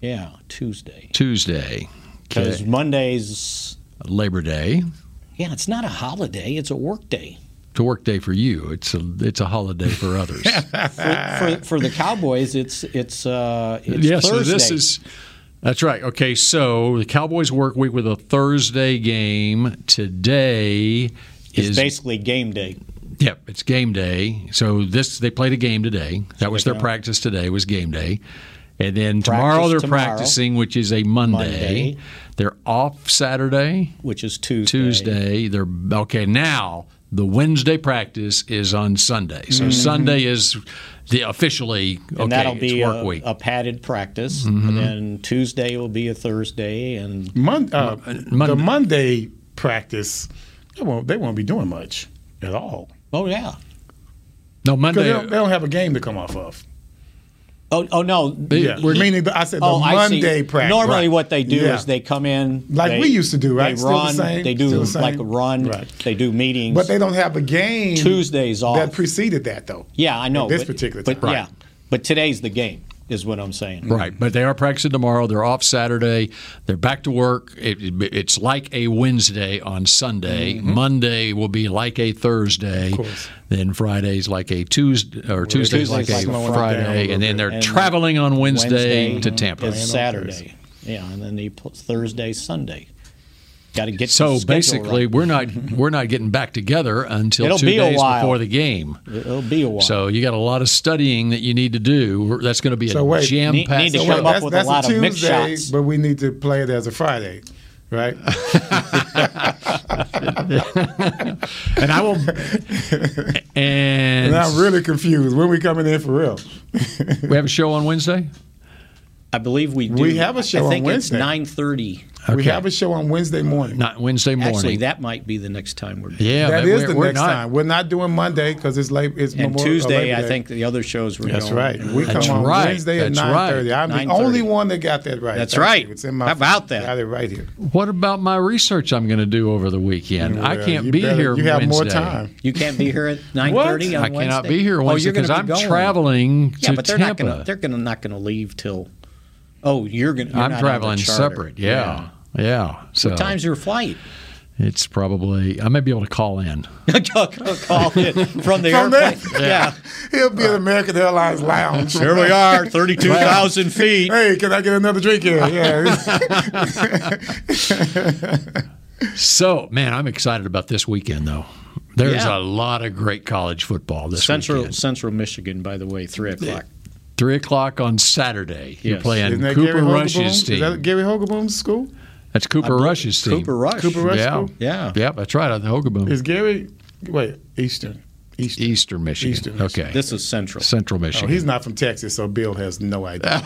S7: Yeah, Tuesday.
S5: Tuesday.
S7: Because Monday's
S5: Labor Day.
S7: yeah, it's not a holiday; it's a work day
S5: It's a work day for you. It's a it's a holiday for others.
S7: for, for, for the Cowboys. It's it's uh, it's
S5: yeah, so
S7: Thursday.
S5: this is that's right. Okay, so the Cowboys work week with a Thursday game today.
S7: it's
S5: is
S7: basically game day.
S5: Yep, it's game day. So this they played a game today. That was their
S7: they're-
S5: practice today. Was game day, and then tomorrow
S7: Practice
S5: they're
S7: tomorrow.
S5: practicing, which is a Monday.
S7: Monday.
S5: They're off Saturday,
S7: which is Tuesday.
S5: Tuesday. They're okay now. The Wednesday practice is on Sunday, so Sunday is the officially okay.
S7: Mm-hmm. And that'll be
S5: it's work
S7: a,
S5: week.
S7: a padded practice,
S6: Mm-hmm.
S7: and then Tuesday will be a Thursday, and
S6: Mon- uh,
S5: Monday.
S6: The Monday practice, they won't, they won't be doing much at all.
S7: oh yeah,
S5: no
S6: Because
S5: Monday.
S6: they, don't- they don't have a game to come off of.
S7: oh oh no,
S5: Yeah.
S7: he-
S6: Meaning, I said the
S7: oh, I see.
S6: Monday practice.
S7: Normally, what they do
S6: Yeah.
S7: is they come in
S6: Like
S7: they-
S6: we used to do, right?
S7: They
S6: Still the
S7: run,
S6: same?
S7: they do
S6: Still the
S7: like a
S6: same?
S7: run,
S6: Right.
S7: they do meetings,
S6: But they don't have a game
S7: Tuesdays off.
S6: that preceded that, though.
S7: Yeah, I know.
S6: At this
S7: but-
S6: particular
S7: but
S6: time.
S7: yeah, but today's the game, is what I'm saying.
S5: Right, but they are practicing tomorrow. They're off Saturday. They're back to work. It, it- it's like a Wednesday on Sunday.
S7: Mm-hmm.
S5: Monday will be like a Thursday. Then Friday's like a Tuesday, or Tuesday's,
S7: Tuesday's
S5: like,
S7: like
S5: a
S7: slowing down a
S5: Friday,
S6: little
S5: and then
S6: bit.
S5: they're
S7: And
S5: traveling on Wednesday, to Tampa.
S7: Is Saturday. Yeah, and then they pl- Thursday, Sunday. Got to get
S5: So
S7: your schedule
S5: basically,
S7: right.
S5: we're not we're not getting back together until
S7: It'll
S5: two
S7: be a
S5: days
S7: while.
S5: before the game.
S7: it'll be a while.
S5: So you got a lot of studying that you need to do. That's going to be a
S6: So wait.
S5: jam
S7: Need- need
S5: packed.
S7: to come up with a lot of mix shots.
S6: but we need to play it as a Friday, right?
S5: and I will.
S6: and
S5: And
S6: I'm really confused. When we coming in for real?
S5: we have a show on Wednesday.
S7: I believe we do.
S6: We have a show
S7: I
S6: on
S7: think
S6: Wednesday.
S7: it's nine thirty.
S6: We
S5: Okay.
S6: have a show on Wednesday morning.
S5: Not Wednesday morning.
S7: Actually, that might be the next time we're.
S5: yeah,
S6: that
S5: but
S6: is
S5: we're-
S6: the
S5: we're
S6: next
S5: not-
S6: time. We're not doing Monday because it's late. It's
S7: And
S6: Memorial- uh,
S7: Tuesday,
S6: Labor
S7: I
S6: Day.
S7: think the other shows were.
S6: That's
S7: going.
S6: right. We
S5: That's
S6: come on
S5: right.
S6: Wednesday at
S5: That's right.
S6: 9:30. I'm
S7: 9:30.
S6: the only one that got that right.
S7: That's
S6: Thank
S7: right.
S6: you. It's in my
S7: How about that?
S6: Got it right here.
S5: What about my research I'm going to do over the weekend? I
S6: Well,
S5: can't
S6: you
S5: be
S6: better-
S5: here.
S6: You have more
S5: Wednesday.
S6: time.
S7: You can't be here at nine thirty on
S5: I
S7: Wednesday.
S5: cannot be here
S7: Oh,
S5: Wednesday
S7: you're gonna
S5: because
S7: be
S5: I'm
S7: going.
S5: traveling to
S7: Yeah, but they're
S5: Tampa.
S7: not going. They're going to not going to leave till. Oh, you're going. to
S5: I'm traveling separate. Yeah. Yeah. So
S7: What time's your flight?
S5: it's probably I may be able to call in.
S7: call call it from the
S6: From there?
S7: airplane. Yeah.
S6: He'll be
S5: Uh,
S6: at American Airlines Lounge.
S7: Here we are, 32,000 feet.
S6: Hey, can I get another drink here? Yeah.
S5: So, man, I'm excited about this weekend though. There's
S7: Yeah.
S5: a lot of great college football this
S7: Central
S5: weekend.
S7: Central Michigan, by the way, 3 o'clock.
S5: Three o'clock on Saturday. You're
S7: Yes.
S5: playing
S6: Isn't that
S5: Cooper
S6: Gary Hogaboom?
S5: Rush's
S6: Is
S5: team.
S6: that Gary Hogaboom's school?
S5: That's Cooper Rush's team.
S7: Cooper Rush.
S6: Cooper Rush
S5: Yeah.
S6: school?
S7: Yeah.
S5: Yeah, that's right. On the Hogaboom.
S6: Is Gary? Wait, Eastern. Eastern.
S5: Eastern Michigan.
S6: Eastern
S5: okay.
S7: This is Central.
S5: Central Michigan.
S6: Oh, he's not from Texas, so Bill has no idea.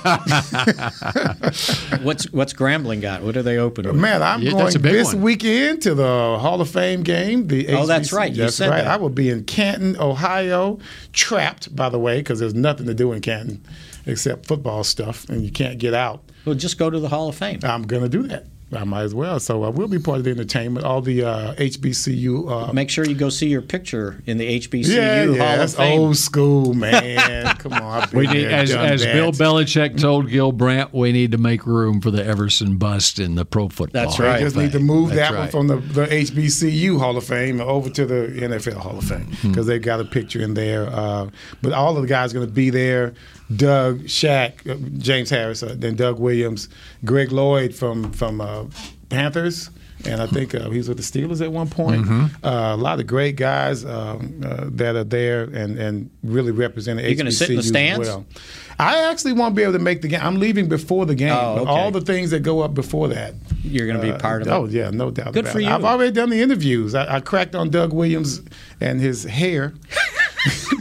S7: What's what's Grambling got? What are they open with?
S6: Man, I'm
S5: Yeah,
S6: going
S5: that's a big
S6: this
S5: one.
S6: weekend to the Hall of Fame game. The
S7: Oh, that's
S6: HBC.
S7: right. You
S6: That's
S7: said
S6: right.
S7: that.
S6: I will be in Canton, Ohio, trapped by the way, because there's nothing to do in Canton except football stuff, and you can't get out. Uh,
S7: Well, just go to the Hall of Fame.
S6: I'm gonna do that. I might as well. So I will be part of the entertainment, all the uh, HBCU. Uh,
S7: Make sure you go see your picture in the HBCU
S6: yeah,
S7: Hall
S6: yeah,
S7: of
S6: that's
S7: Fame.
S6: old school, man. Come on, I've been
S5: We need,
S6: there,
S5: as
S6: done
S5: as
S6: that.
S5: Bill Belichick told Gil Brandt, we need to make room for the Everson bust in the pro football.
S6: They just need to move
S5: That's
S6: that one
S5: right.
S6: from the, the HBCU Hall of Fame over to the NFL Hall of Fame
S7: Hmm.
S6: because they've got a picture in there. Uh, but all of the guys going to be there: Doug, Shaq, uh, James Harris, uh, then Doug Williams, Greg Lloyd from from uh, Panthers. And I think uh, he was with the Steelers at one point.
S13: Mhm.
S7: Mm-hmm.
S6: Uh, a lot of great guys um, uh, that are there and, and really represent
S7: You gonna sit in the
S6: HBCU as
S7: stands?
S6: well. I actually won't be able to make the game. I'm leaving before the game.
S7: Oh,
S6: but
S7: okay.
S6: all the things that go up before that.
S7: You're going to be
S6: Uh,
S7: part of
S6: oh,
S7: it.
S6: yeah, no doubt.
S7: Good
S6: about
S7: for
S6: it.
S7: you.
S6: I've already done the interviews. I, I cracked on Doug Williams and his hair.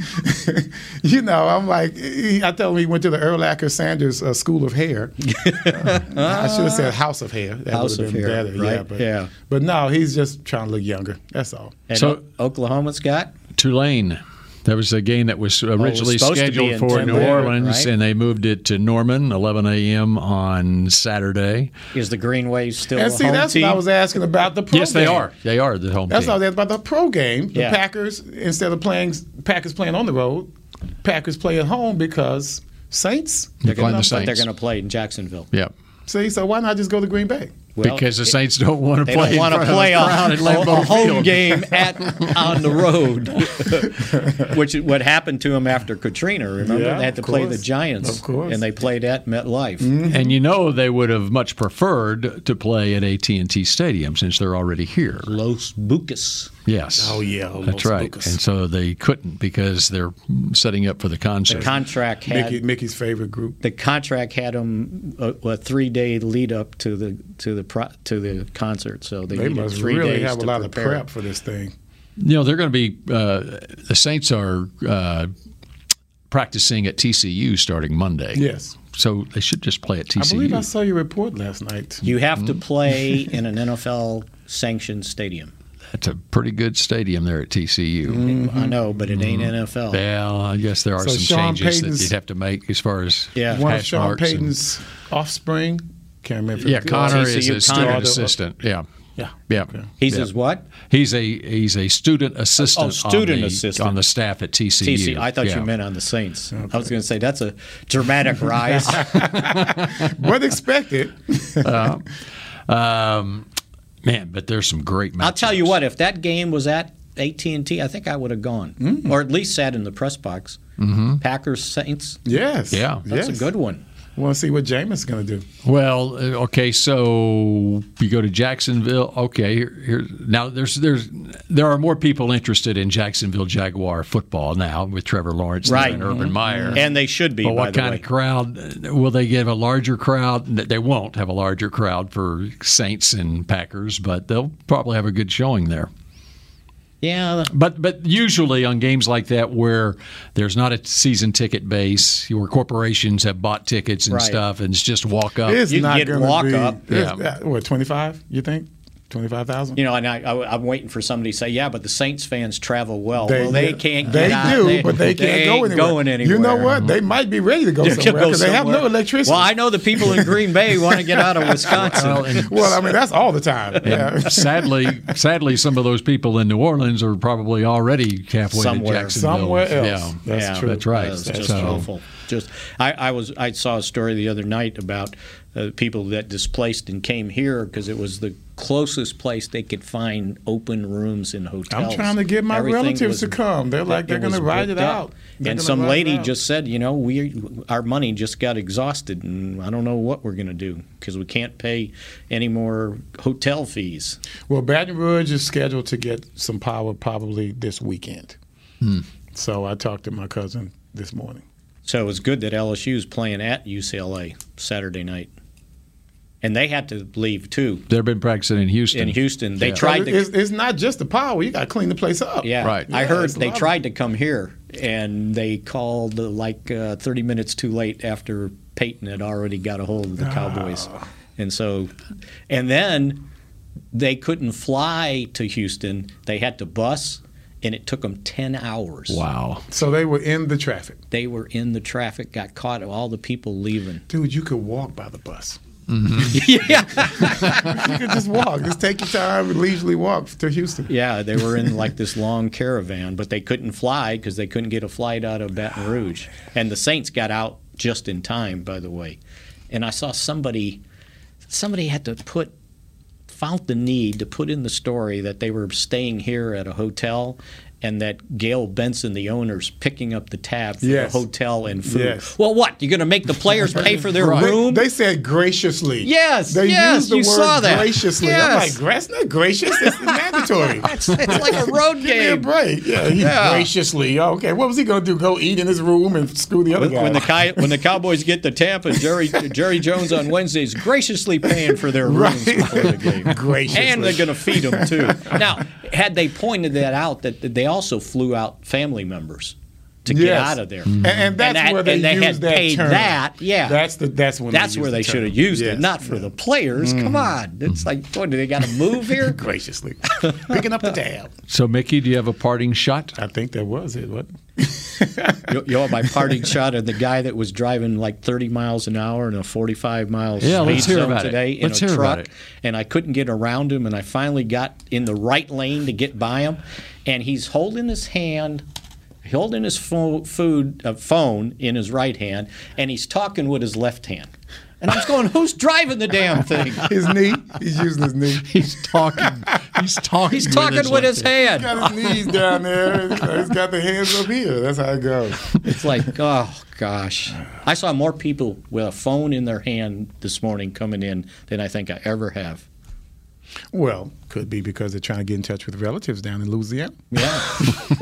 S6: you know, I'm like, he- I told him he went to the Erlacher Sanders uh, School of Hair. Uh, I should have said House of Hair. That
S7: House
S6: would
S7: of
S6: have been
S7: Hair,
S6: better. Yeah,
S7: right?
S6: but,
S7: Yeah.
S6: but no, he's just trying to look younger. That's all.
S7: And
S5: So-
S7: O- Oklahoma's got
S5: Tulane. That was a game that
S6: Oh,
S5: was originally
S7: supposed to be
S5: scheduled
S7: in
S5: for New
S7: Denver,
S5: Orleans,
S7: right?
S5: and they moved it to Norman, 11 a.m. on Saturday.
S7: is the Green Wave still
S6: and
S7: a
S6: see,
S7: home
S6: that's
S7: team?
S6: what I was asking about the pro
S5: yes, they
S6: game.
S5: are. They are the home
S6: That's
S5: team.
S6: all that's about the pro game. The
S5: Yeah.
S6: Packers, instead of playing Packers playing on the road, Packers play at home because Saints.
S5: They're playing the
S7: They're
S5: Saints.
S7: going to play in Jacksonville.
S5: Yeah.
S6: See, so why not just go to Green Bay?
S5: because the Saints don't want to
S7: They
S5: play.
S7: don't want to play
S5: a
S7: a,
S5: crowded Lambeau
S7: a home
S5: Field.
S7: game at on the road, which is what happened to them after Katrina. Remember,
S5: Yeah,
S7: they had to
S5: of
S7: play the
S5: course.
S7: Giants,
S5: Of course. Mm-hmm.
S7: and they played at MetLife.
S5: And you know they would have much preferred to play at AT&T Stadium since they're already here.
S7: Los Bucas.
S5: Yes.
S7: Oh, yeah, Los
S5: That's right.
S7: Bucas.
S5: And so they couldn't because they're setting up for the concert.
S7: The contract had
S6: Mickey, Mickey's favorite group.
S7: the contract had them a, a three day lead up to the to the pro, to the concert, so they,
S6: They
S7: needed
S6: must
S7: three
S6: really
S7: days
S6: have a
S7: to
S6: lot
S7: prepare.
S6: of prep for this thing.
S5: You know, they're going to be, uh, the Saints are uh, practicing at TCU starting Monday.
S6: Yes.
S5: So they should just play at TCU.
S6: I believe I saw your report last night.
S7: You have
S5: Mm-hmm.
S7: to play in an NFL sanctioned stadium.
S5: That's a pretty good stadium there at TCU.
S7: I
S5: Mm-hmm.
S7: know, but it ain't NFL.
S5: Well, I guess there are
S7: Mm. So
S5: some
S7: Sean
S5: changes
S7: Payton's-
S5: that you'd have to make as far as
S7: Yeah.
S6: One of
S5: hash
S6: Sean
S5: marks and-
S6: Payton's offspring. Can't remember. if
S5: Yeah,
S6: it's-
S5: Connor is
S6: TCU
S5: a student
S6: Connor.
S5: assistant. Yeah.
S6: Yeah.
S5: Yeah.
S7: He's
S5: yeah.
S7: his what?
S5: He's a he's a student assistant.
S7: Oh, student
S5: on the,
S7: assistant.
S5: on the staff at TCU.
S7: TC, I thought
S5: Yeah.
S7: you meant on the Saints. I was going to say that's a dramatic rise.
S6: Wasn't expected.
S5: Uh, um, man, but there's some great
S7: I'll
S5: matches.
S7: tell you what, if that game was at AT&T, I think I would have gone,
S6: Mm.
S7: or at least sat in the press box.
S5: Mhm.
S7: Packers Saints.
S6: Mm-hmm. Yes.
S5: Yeah.
S7: that's a good one.
S6: Want to see what Jameis is going to do?
S5: Well, uh, okay, so you go to Jacksonville. Okay, here, here now there's there's there are more people interested in Jacksonville Jaguar football now with Trevor Lawrence
S7: Right. Mm-hmm.
S5: and Urban Meyer,
S7: And they should be,
S5: But
S7: by
S5: what
S7: the
S5: kind
S7: way.
S5: of crowd will they give a larger crowd? They won't have a larger crowd for Saints and Packers, but they'll probably have a good showing there.
S7: Yeah,
S5: But but usually on games like that where there's not a season ticket base, your corporations have bought tickets and
S6: Right.
S5: stuff, and it's just walk
S7: Oh.
S5: up.
S6: It's not going to be.
S5: Yeah.
S6: it's- uh, What, 25, you think? 25,000?
S7: You know, and I, I, am waiting for somebody to say, "Yeah, but the Saints fans travel well."
S6: They-
S7: well, they can't.
S6: They
S7: get out.
S6: do, but they can't go
S7: ain't
S6: anywhere.
S7: Going anywhere.
S6: You know what? They might be ready to go
S7: Yeah,
S6: somewhere
S7: go
S6: because they have no
S7: somewhere.
S6: electricity.
S7: Well, I know the people in Green Bay want to get out of Wisconsin.
S5: Well, and-
S6: Well, I mean, that's all the time. Yeah.
S5: And sadly, sadly, some of those people in New Orleans are probably already halfway
S7: Somewhere.
S5: to Jacksonville.
S6: Somewhere else.
S5: Yeah,
S6: That's
S7: yeah,
S6: true.
S5: That's right.
S7: That's just
S5: So-
S7: awful. Just I, I was I saw a story the other night about uh, people that displaced and came here because it was the closest place they could find open rooms in hotels.
S6: I'm trying to get my
S7: Everything
S6: relatives
S7: was-
S6: to come. They're like,
S7: it
S6: they're going
S7: was
S6: to ride it
S7: booked up.
S6: out. They're
S7: And
S6: gonna
S7: some
S6: ride it
S7: lady
S6: out.
S7: just said, you know, we our money just got exhausted, and I don't know what we're going to do because we can't pay any more hotel fees.
S6: Well, Baton Rouge is scheduled to get some power probably this weekend.
S5: Hmm.
S6: So I talked to my cousin this morning.
S7: So it was good that LSU is playing at UCLA Saturday night, and they had to leave too.
S5: They've been practicing in Houston.
S7: In Houston, they
S5: Yeah.
S7: tried to.
S6: It's, it's not just the power. You got to clean the place up.
S7: Yeah,
S5: Right.
S7: I
S6: Yeah,
S7: heard
S6: it's a
S7: they
S6: lot of-
S7: tried to come here, and they called uh, like uh, 30 minutes too late after Peyton had already got a hold of the Cowboys,
S6: Ah.
S7: and so, and then they couldn't fly to Houston. They had to bus, and it took them 10 hours.
S5: Wow.
S6: So they were in the traffic.
S7: They were in the traffic, got caught. All the people leaving.
S6: Dude, you could walk by the bus. Yeah. you could just walk. Just take your time and leisurely walk to Houston.
S7: Yeah, they were in like this long caravan, but they couldn't fly because they couldn't get a flight out of Baton Rouge. And the Saints got out just in time, by the way. And I saw somebody, somebody had to put, felt the need to put in the story that they were staying here at a hotel. And that Gail Benson, the owner's picking up the tab for
S6: Yes.
S7: the hotel and food.
S6: Yes.
S7: Well, what? You're going to make the players pay for their
S6: Right.
S7: room?
S6: They, they said graciously.
S7: Yes,
S6: They
S7: yes,
S6: used the
S7: you
S6: word
S7: saw that.
S6: graciously. I'm
S7: Yes.
S6: like, "Gra- that's not gracious. It's mandatory.
S7: it's, it's like a road
S6: Give me a
S7: game.
S6: break. Yeah, he
S7: Yeah.
S6: graciously. oh, okay, what was he going to do? Go eat in his room and screw the other
S7: When,
S6: guy?
S7: when the cow when the Cowboys get to Tampa, Jerry Jerry Jones on Wednesdays graciously paying for their rooms before the game,
S6: Graciously.
S7: and they're going to feed them too. Now, had they pointed that out, that that they also flew out family members to get
S6: Yes.
S7: out of there,
S6: And, and that's
S7: that-
S6: where they,
S7: and they
S6: used
S7: had
S6: that
S7: paid
S6: term.
S7: that, yeah.
S6: that's the that's when
S7: That's
S6: they
S7: where they should have used it, not for the players. Come
S6: Mm.
S7: on, it's like, what do they got to move here?
S6: graciously picking up the tab.
S5: So, Mickey, do you have a parting shot?
S6: I think that was it. What?
S7: You, you know, my parting shot of the guy that was driving like 30 miles an hour in a 45 mile
S5: Yeah,
S7: speed
S5: let's hear
S7: zone
S5: about it.
S7: today in
S5: Let's
S7: a
S5: hear about
S7: truck,
S5: it.
S7: and I couldn't get around him, and I finally got in the right lane to get by him, and he's holding his hand. Holding his pho- food uh, phone in his right hand, and he's talking with his left hand. And I was going, "Who's driving the damn thing?"
S6: His knee. He's using his knee.
S5: He's talking. He's talking.
S7: He's talking with his hand.
S6: He's got his knees down there. He's got the hands up here. That's how it goes.
S7: It's like, oh gosh. I saw more people with a phone in their hand this morning coming in than I think I ever have.
S6: Well, could be because they're trying to get in touch with relatives down in Louisiana.
S7: Yeah.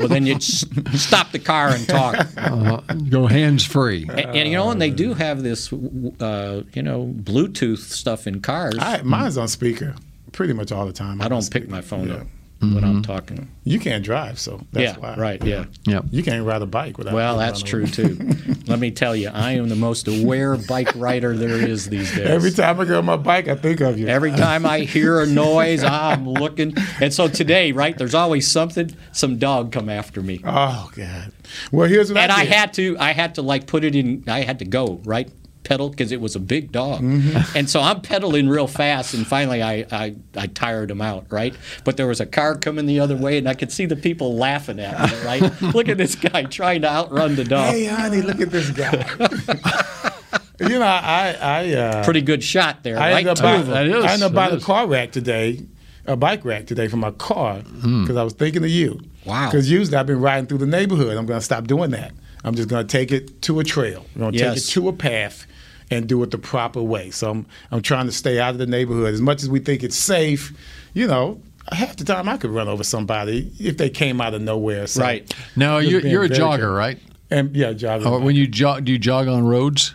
S7: well, then you s- stop the car and talk.
S5: Uh, go hands free.
S7: And, and, you know, and they
S6: Oh.
S7: do have this, uh, you know, Bluetooth stuff in cars.
S6: I, mine's on speaker pretty much all the time.
S7: I don't pick my phone
S6: Yeah.
S7: up when I'm talking.
S6: You can't drive, so
S7: yeah,
S6: Mm-hmm. that's why.
S7: right. Yeah.
S5: Yep.
S6: You can't ride a bike without.
S7: Well,
S6: being
S7: that's
S6: on a-
S7: true too. Let me tell you, I am the most aware bike rider there is these days.
S6: Every time I get on my bike, I think of you.
S7: Every time I hear a noise, I'm looking. And so today, right, there's always something. Some dog come after me,
S6: Oh God. Well, here's what
S7: and
S6: I,
S7: I
S6: did.
S7: had to. I had to like put it in. I had to go right pedal because it was a big dog,
S6: Mm-hmm.
S7: and so I'm pedaling real fast. And finally, I, I I tired him out, right. But there was a car coming the other way, and I could see the people laughing at me, right. Look at this guy trying to outrun the dog.
S6: Hey, uh, honey, look at this guy. you know, I, I uh,
S7: Pretty good shot there,
S6: I
S7: right?
S6: ended up
S7: Two
S6: by,
S7: of 'em.
S5: That is,
S6: I ended up
S5: that
S6: by the
S5: is.
S6: car rack today, a bike rack today for my car because
S5: Hmm.
S6: I was thinking of you.
S7: Wow.
S6: Because usually I've been riding through the neighborhood. I'm going to stop doing that. I'm just going to take it to a trail. I'm going to
S7: Yes.
S6: take it to a path and do it the proper way. So I'm I'm trying to stay out of the neighborhood as much as we think it's safe. You know, half the time I could run over somebody if they came out of nowhere. So
S7: Right.
S5: Now,
S6: just
S5: you're,
S6: being
S5: you're a
S6: very
S5: jogger,
S6: careful.
S5: right?
S6: And yeah, jogging.
S5: Uh, when you jog, do you jog on roads?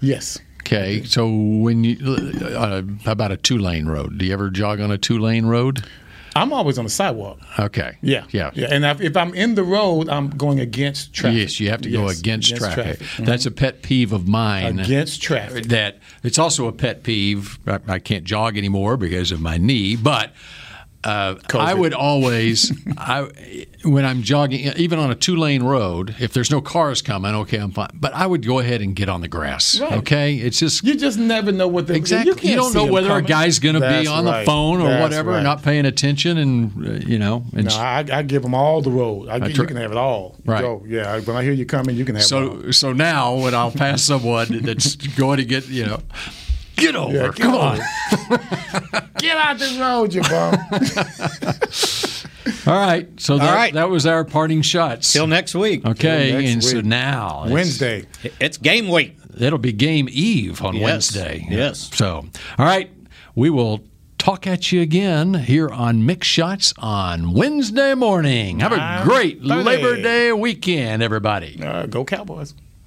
S6: yes.
S5: Okay, so when you uh, how about a two lane road? Do you ever jog on a two lane road?
S6: I'm always on the sidewalk.
S5: Okay.
S6: Yeah,
S5: Yeah.
S6: yeah. And if, if I'm in the road, I'm going against traffic.
S5: Yes, you have to go
S6: Yes, Mm-hmm.
S5: against, traffic. uh, That's a pet peeve of mine.
S6: Against traffic.
S5: That it's also a pet peeve. I, I can't jog anymore because of my knee, but. Uh, I would always, I, when I'm jogging, even on a two lane road, if there's no cars coming, okay, I'm fine. But I would go ahead and get on the grass.
S6: Right.
S5: Okay, it's just
S6: You just never know what they
S5: Exactly.
S6: You,
S5: You,
S6: can't
S5: don't
S6: see
S5: know
S6: 'em
S5: whether
S6: coming.
S5: a guy's going to be
S6: That's
S5: on
S6: right.
S5: the phone or
S6: That's
S5: whatever,
S6: right.
S5: not paying attention, and uh, you know. And
S6: No, I, I give them all the road. I,
S5: That's
S6: you
S5: right.
S6: can have it all.
S5: Right.
S6: Go. Yeah. When I hear you coming, you can have it. all.
S5: so, so now when I'll pass someone that's going to get, you know, get over,
S6: Yeah,
S5: come on.
S6: Get out the road, you bum.
S5: All right. So that,
S7: right.
S5: that was our parting shots.
S7: Till next week.
S5: okay,
S6: next
S5: and so
S6: week.
S5: now it's-
S6: Wednesday.
S7: It's game week.
S5: it'll be game eve on
S7: Yes.
S5: Wednesday.
S7: Yes.
S5: So, all right, we will talk at you again here on Mix Shots on Wednesday morning. Have a great
S6: 9:30.
S5: Labor Day weekend, everybody.
S6: Uh, go Cowboys.